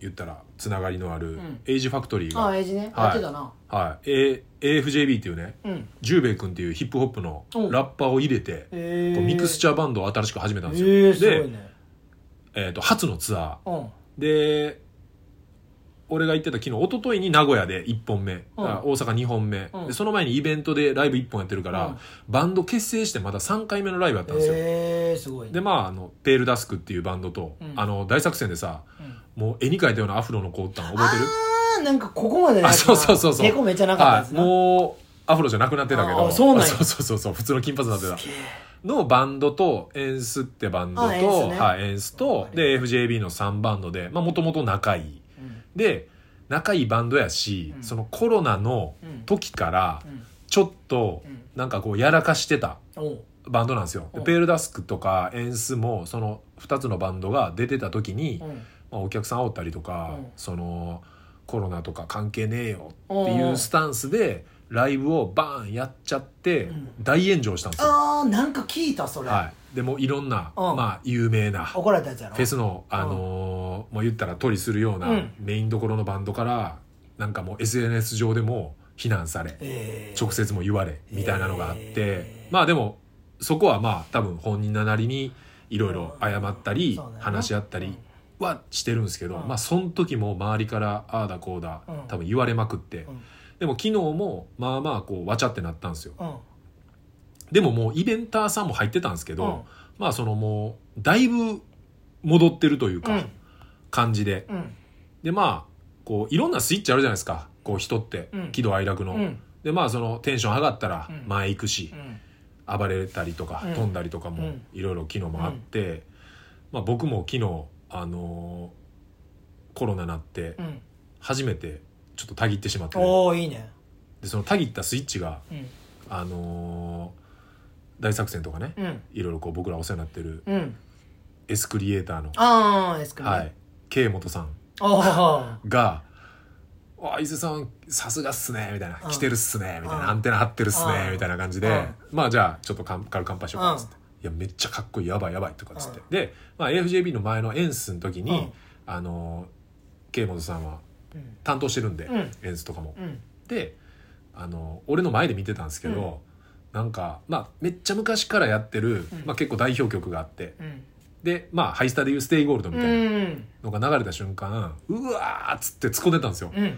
Speaker 1: 言ったらつながりのある
Speaker 2: ん
Speaker 1: エイジファクトリーが、
Speaker 2: ああエイジね
Speaker 1: はい
Speaker 2: やってたな
Speaker 1: はい、A- AFJB っていうね
Speaker 2: うん
Speaker 1: ジューベイ君っていうヒップホップの
Speaker 2: うん
Speaker 1: ラッパーを入れて、
Speaker 2: え
Speaker 1: こうミクスチャーバンドを新しく始めたんですよ、
Speaker 2: えー、すごい
Speaker 1: で、
Speaker 2: ね
Speaker 1: えー、と初のツアー
Speaker 2: うん
Speaker 1: で俺が行ってた昨日一昨日に名古屋で1本目、あ大阪2本目、
Speaker 2: うん
Speaker 1: でその前にイベントでライブ1本やってるから、
Speaker 2: うん
Speaker 1: バンド結成してまだ3回目のライブやったんですよ、
Speaker 2: えー、すごいね
Speaker 1: でまああのペールダスクっていうバンドと、
Speaker 2: うん
Speaker 1: あの大作戦でさ
Speaker 2: うん
Speaker 1: もう絵に描いたようなアフロの子おったん覚えてる
Speaker 2: あーなんかここまでのやつな
Speaker 1: あそうそうそうそう
Speaker 2: 抵抗めっちゃなかったや
Speaker 1: は
Speaker 2: つ
Speaker 1: い、
Speaker 2: な
Speaker 1: もうアフロじゃなくなってたけ
Speaker 2: あ
Speaker 1: ど
Speaker 2: あそうなんや
Speaker 1: そうそうそうそう普通の金髪になってた
Speaker 2: すげえ
Speaker 1: のバンドとエンスってバンドと
Speaker 2: あエンスね
Speaker 1: はい、エンスとで FJB の3バンドでもともと仲いい
Speaker 2: うん
Speaker 1: で仲いいバンドやし、
Speaker 2: うん
Speaker 1: そのコロナの
Speaker 2: うん
Speaker 1: 時から
Speaker 2: うん
Speaker 1: ちょっと
Speaker 2: うん
Speaker 1: なんかこうやらかしてた
Speaker 2: おう
Speaker 1: バンドなんですよ、で
Speaker 2: うん
Speaker 1: ペールダスクとかエンスもその2つのバンドが出てた時に、
Speaker 2: うん
Speaker 1: まあ、お客さん煽ったりとか、
Speaker 2: うん
Speaker 1: そのコロナとか関係ねえよ
Speaker 2: お
Speaker 1: っ
Speaker 2: う
Speaker 1: ていうスタンスでライブをバーンやっちゃって
Speaker 2: うん
Speaker 1: 大炎上したんですよ、
Speaker 2: あーなんか聞いたそれ、
Speaker 1: はい、でもういろんな、
Speaker 2: うん
Speaker 1: まあ、有名な
Speaker 2: 怒られたやつやろ
Speaker 1: フェスの、あのーもう言ったら取りするよう
Speaker 2: う
Speaker 1: なんメインどころのバンドから、なんかもう SNS 上でも非難され、
Speaker 2: えー
Speaker 1: 直接も言われ、みたいなのがあって、
Speaker 2: えー
Speaker 1: まあでも、そこはまあ多分本人なりにいろいろ謝ったり
Speaker 2: そうだよ、な
Speaker 1: 話し合ったりはしてるんですけど、
Speaker 2: うん
Speaker 1: まあその時も周りからああだこうだ
Speaker 2: うん、
Speaker 1: 多分言われまくって
Speaker 2: うん、
Speaker 1: でも昨日もまあまあこうわちゃってなったんですよ。
Speaker 2: うんうん
Speaker 1: でももうイベンターさんも入ってたんですけ
Speaker 2: うん
Speaker 1: ど、まあそのもう、だいぶ戻ってるという
Speaker 2: う
Speaker 1: か
Speaker 2: ん、
Speaker 1: 感じで。
Speaker 2: うん
Speaker 1: でまあこういろんなスイッチあるじゃないですかこう人って、
Speaker 2: うん
Speaker 1: 喜怒哀楽の、
Speaker 2: うん
Speaker 1: でまあそのテンション上がったら
Speaker 2: うん
Speaker 1: 前行く
Speaker 2: う、
Speaker 1: し
Speaker 2: ん
Speaker 1: 暴れたりとか、
Speaker 2: うん
Speaker 1: 飛んだりとか
Speaker 2: う
Speaker 1: も
Speaker 2: ん
Speaker 1: いろいろ昨日もあって、まあ、僕も昨日あのーコロナなって
Speaker 2: うん
Speaker 1: 初めてちょっとたぎってしまって、
Speaker 2: おおいいね
Speaker 1: でそのたぎったスイッチが
Speaker 2: うん
Speaker 1: あのー大作戦とかね、
Speaker 2: うん
Speaker 1: いろいろこう僕らお世話になってる
Speaker 2: うん
Speaker 1: エスクリエイターの、
Speaker 2: ああエスクね
Speaker 1: はい、K 元さん
Speaker 2: おー
Speaker 1: が「わあ伊勢さんさすがっすね」みたいな
Speaker 2: う
Speaker 1: 「
Speaker 2: ん
Speaker 1: 来てるっすね」みたい
Speaker 2: うん
Speaker 1: な「アンテナ張ってるっすね
Speaker 2: う」ん
Speaker 1: みたいな感じで「まあじゃあちょっとかん軽く乾杯しようか」っつって「いやめっちゃかっこいいやばいやばい」とかっつって
Speaker 2: うん
Speaker 1: で、まあ、AFJB の前のエンスの時
Speaker 2: う
Speaker 1: に
Speaker 2: ん
Speaker 1: あのケイモトさんは
Speaker 2: うん
Speaker 1: 担当してるんで
Speaker 2: うん
Speaker 1: エンスとかも。
Speaker 2: うん
Speaker 1: であの俺の前で見てたんですけどなんかまあめっちゃ昔からやってる
Speaker 2: うん
Speaker 1: まあ結構代表曲があって
Speaker 2: うん
Speaker 1: でまあハイスタでいう「ステイゴールド」み
Speaker 2: う
Speaker 1: たいなんのが流れた瞬間うわーっつって突っ込んでたんですよ。
Speaker 2: うん
Speaker 1: で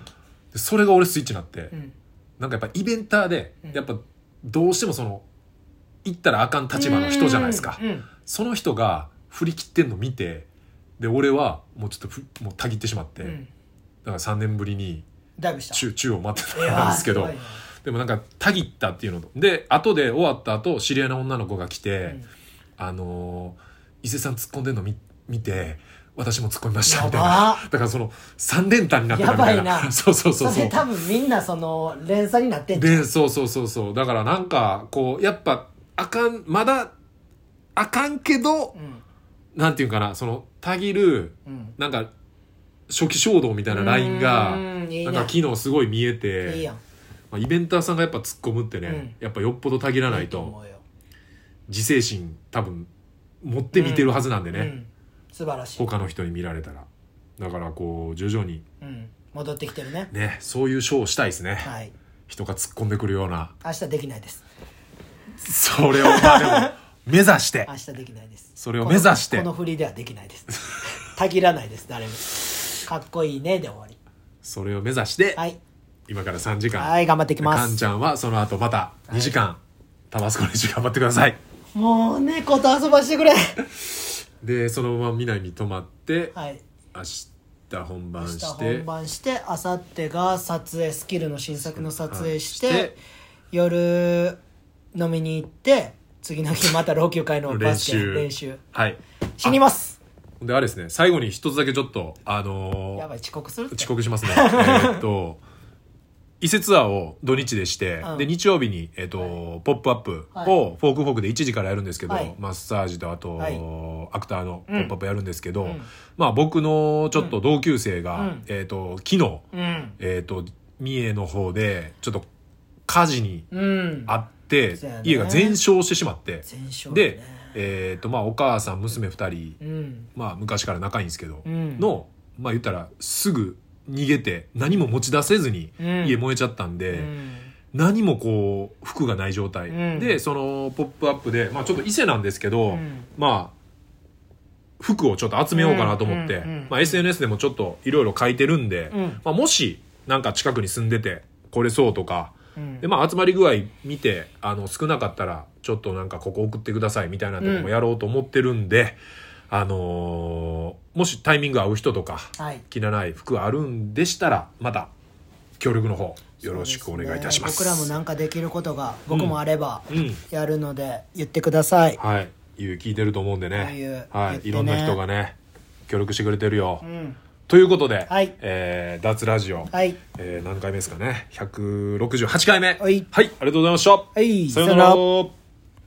Speaker 1: それが俺スイッチになって、
Speaker 2: うん
Speaker 1: なんかやっぱイベンターで、
Speaker 2: うん
Speaker 1: やっぱどうしてもその行ったらあかん立場の人じゃないですか、
Speaker 2: うん
Speaker 1: その人が振り切ってんの見てで俺はもうちょっとふもうたぎってしまって、
Speaker 2: うん
Speaker 1: だから3年ぶりに
Speaker 2: ダイブした
Speaker 1: 宙宙を待って
Speaker 2: いや
Speaker 1: た
Speaker 2: ー
Speaker 1: んですけど
Speaker 2: ごいね
Speaker 1: でもなんかたぎったっていうのとで後で終わった後知り合いの女の子が来て、
Speaker 2: うん
Speaker 1: あのー伊勢さん突っ込んでんの見見て私も突っ込みました
Speaker 2: や
Speaker 1: みたいな
Speaker 2: ば
Speaker 1: だからその3連単になってたみたいな
Speaker 2: やばいな
Speaker 1: そうそうそう
Speaker 2: そ
Speaker 1: そう
Speaker 2: れ多分みんなその連鎖になってんじゃん
Speaker 1: でそうそうそうそうだからなんかこうやっぱあかんまだあかんけど
Speaker 2: うん
Speaker 1: なんていうんかなそのたぎる
Speaker 2: うん
Speaker 1: なんか初期衝動みたいなラインが
Speaker 2: うーんいい
Speaker 1: な
Speaker 2: ね
Speaker 1: んか機能すごい見えて
Speaker 2: いいやん
Speaker 1: まあ、イベンターさんがやっぱ突っ込むってね、やっぱよっぽどたぎらない
Speaker 2: いいと思
Speaker 1: と
Speaker 2: うよ
Speaker 1: 自制心多分持って見てるはずなんでね、
Speaker 2: うん素晴らしい
Speaker 1: 他の人に見られたらだからこう徐々に
Speaker 2: うん戻ってきてるね
Speaker 1: ねそういうショーをしたいですね、
Speaker 2: はい
Speaker 1: 人が突っ込んでくるような
Speaker 2: 明日できないです
Speaker 1: それをまあでも目指して
Speaker 2: 明日できないです
Speaker 1: それを目指して
Speaker 2: このこの振りではできないです たぎらないです誰もかっこいいねで終わり
Speaker 1: それを目指して、
Speaker 2: はい
Speaker 1: 今から3時間
Speaker 2: はい頑張ってきます
Speaker 1: かんちゃんはその後また2時間、タバスコ練習頑張ってください
Speaker 2: もう猫と遊ばして くれ
Speaker 1: でそのまま南に泊まって、
Speaker 2: はい
Speaker 1: 明日本番
Speaker 2: 明日
Speaker 1: して
Speaker 2: 本番してあさってが撮影スキルの新作の撮影して,、
Speaker 1: はいして
Speaker 2: 夜飲みに行って次の日また老朽会のバ
Speaker 1: 練
Speaker 2: スケ
Speaker 1: 習
Speaker 2: 練習
Speaker 1: はい
Speaker 2: 死にます
Speaker 1: であれですね最後に一つだけちょっとあのー
Speaker 2: やばい遅刻するって
Speaker 1: 遅刻しますねえーっと伊勢ツアーを土日でして、
Speaker 2: うん
Speaker 1: で日曜日に、えーっとポップアップ
Speaker 2: はい
Speaker 1: をフォークフォークで1時からやるんですけど、
Speaker 2: はい
Speaker 1: マッサージとあと、
Speaker 2: はい
Speaker 1: アクターの「ポップアップやるんですけど、
Speaker 2: うん
Speaker 1: まあ、僕のちょっと同級生が、
Speaker 2: うん
Speaker 1: えーっと昨日、
Speaker 2: うん
Speaker 1: えーっと三重の方でちょっと火事に
Speaker 2: うん
Speaker 1: あって、
Speaker 2: そうやね
Speaker 1: 家が全焼してしまって、
Speaker 2: 全勝
Speaker 1: で
Speaker 2: ね、
Speaker 1: えーっとまあ、お母さん娘2人、
Speaker 2: うん
Speaker 1: まあ、昔から仲いいんですけど、
Speaker 2: うん
Speaker 1: の、まあ言ったら、すぐ逃げて、何も持ち出せずに、
Speaker 2: うん
Speaker 1: 家燃えちゃったんで、
Speaker 2: うん
Speaker 1: 何もこう、服がない状態。
Speaker 2: うん
Speaker 1: で、その、ポップアップで、まあちょっと伊勢なんですけど、
Speaker 2: うん
Speaker 1: まあ、服をちょっと集めようかなと思って、
Speaker 2: うんうんうん
Speaker 1: まあ SNS でもちょっといろいろ書いてるんで、
Speaker 2: うん
Speaker 1: まあもし、なんか近くに住んでて、これそうとか、
Speaker 2: うん
Speaker 1: でまあ集まり具合見てあの少なかったらちょっとなんかここ送ってくださいみたいなとこもやろうと思ってるんで、あのーもしタイミング合う人とか
Speaker 2: はい
Speaker 1: 着らない服あるんでしたらまた協力の方よろしくお願いいたします
Speaker 2: そうでね僕らもなんかできることが僕もあれば
Speaker 1: うん
Speaker 2: やるので言ってください、
Speaker 1: はいゆう聞いてると思うんで
Speaker 2: ゆう
Speaker 1: ねは
Speaker 2: 言っ
Speaker 1: い
Speaker 2: てね
Speaker 1: いろんな人がね協力してくれてるよ、
Speaker 2: うん
Speaker 1: ということで、
Speaker 2: はい
Speaker 1: えー脱ラジオ、
Speaker 2: はい
Speaker 1: えー何回目ですかね168回目
Speaker 2: はい
Speaker 1: はい、ありがとうございました
Speaker 2: はい
Speaker 1: さような
Speaker 2: さよ
Speaker 1: ら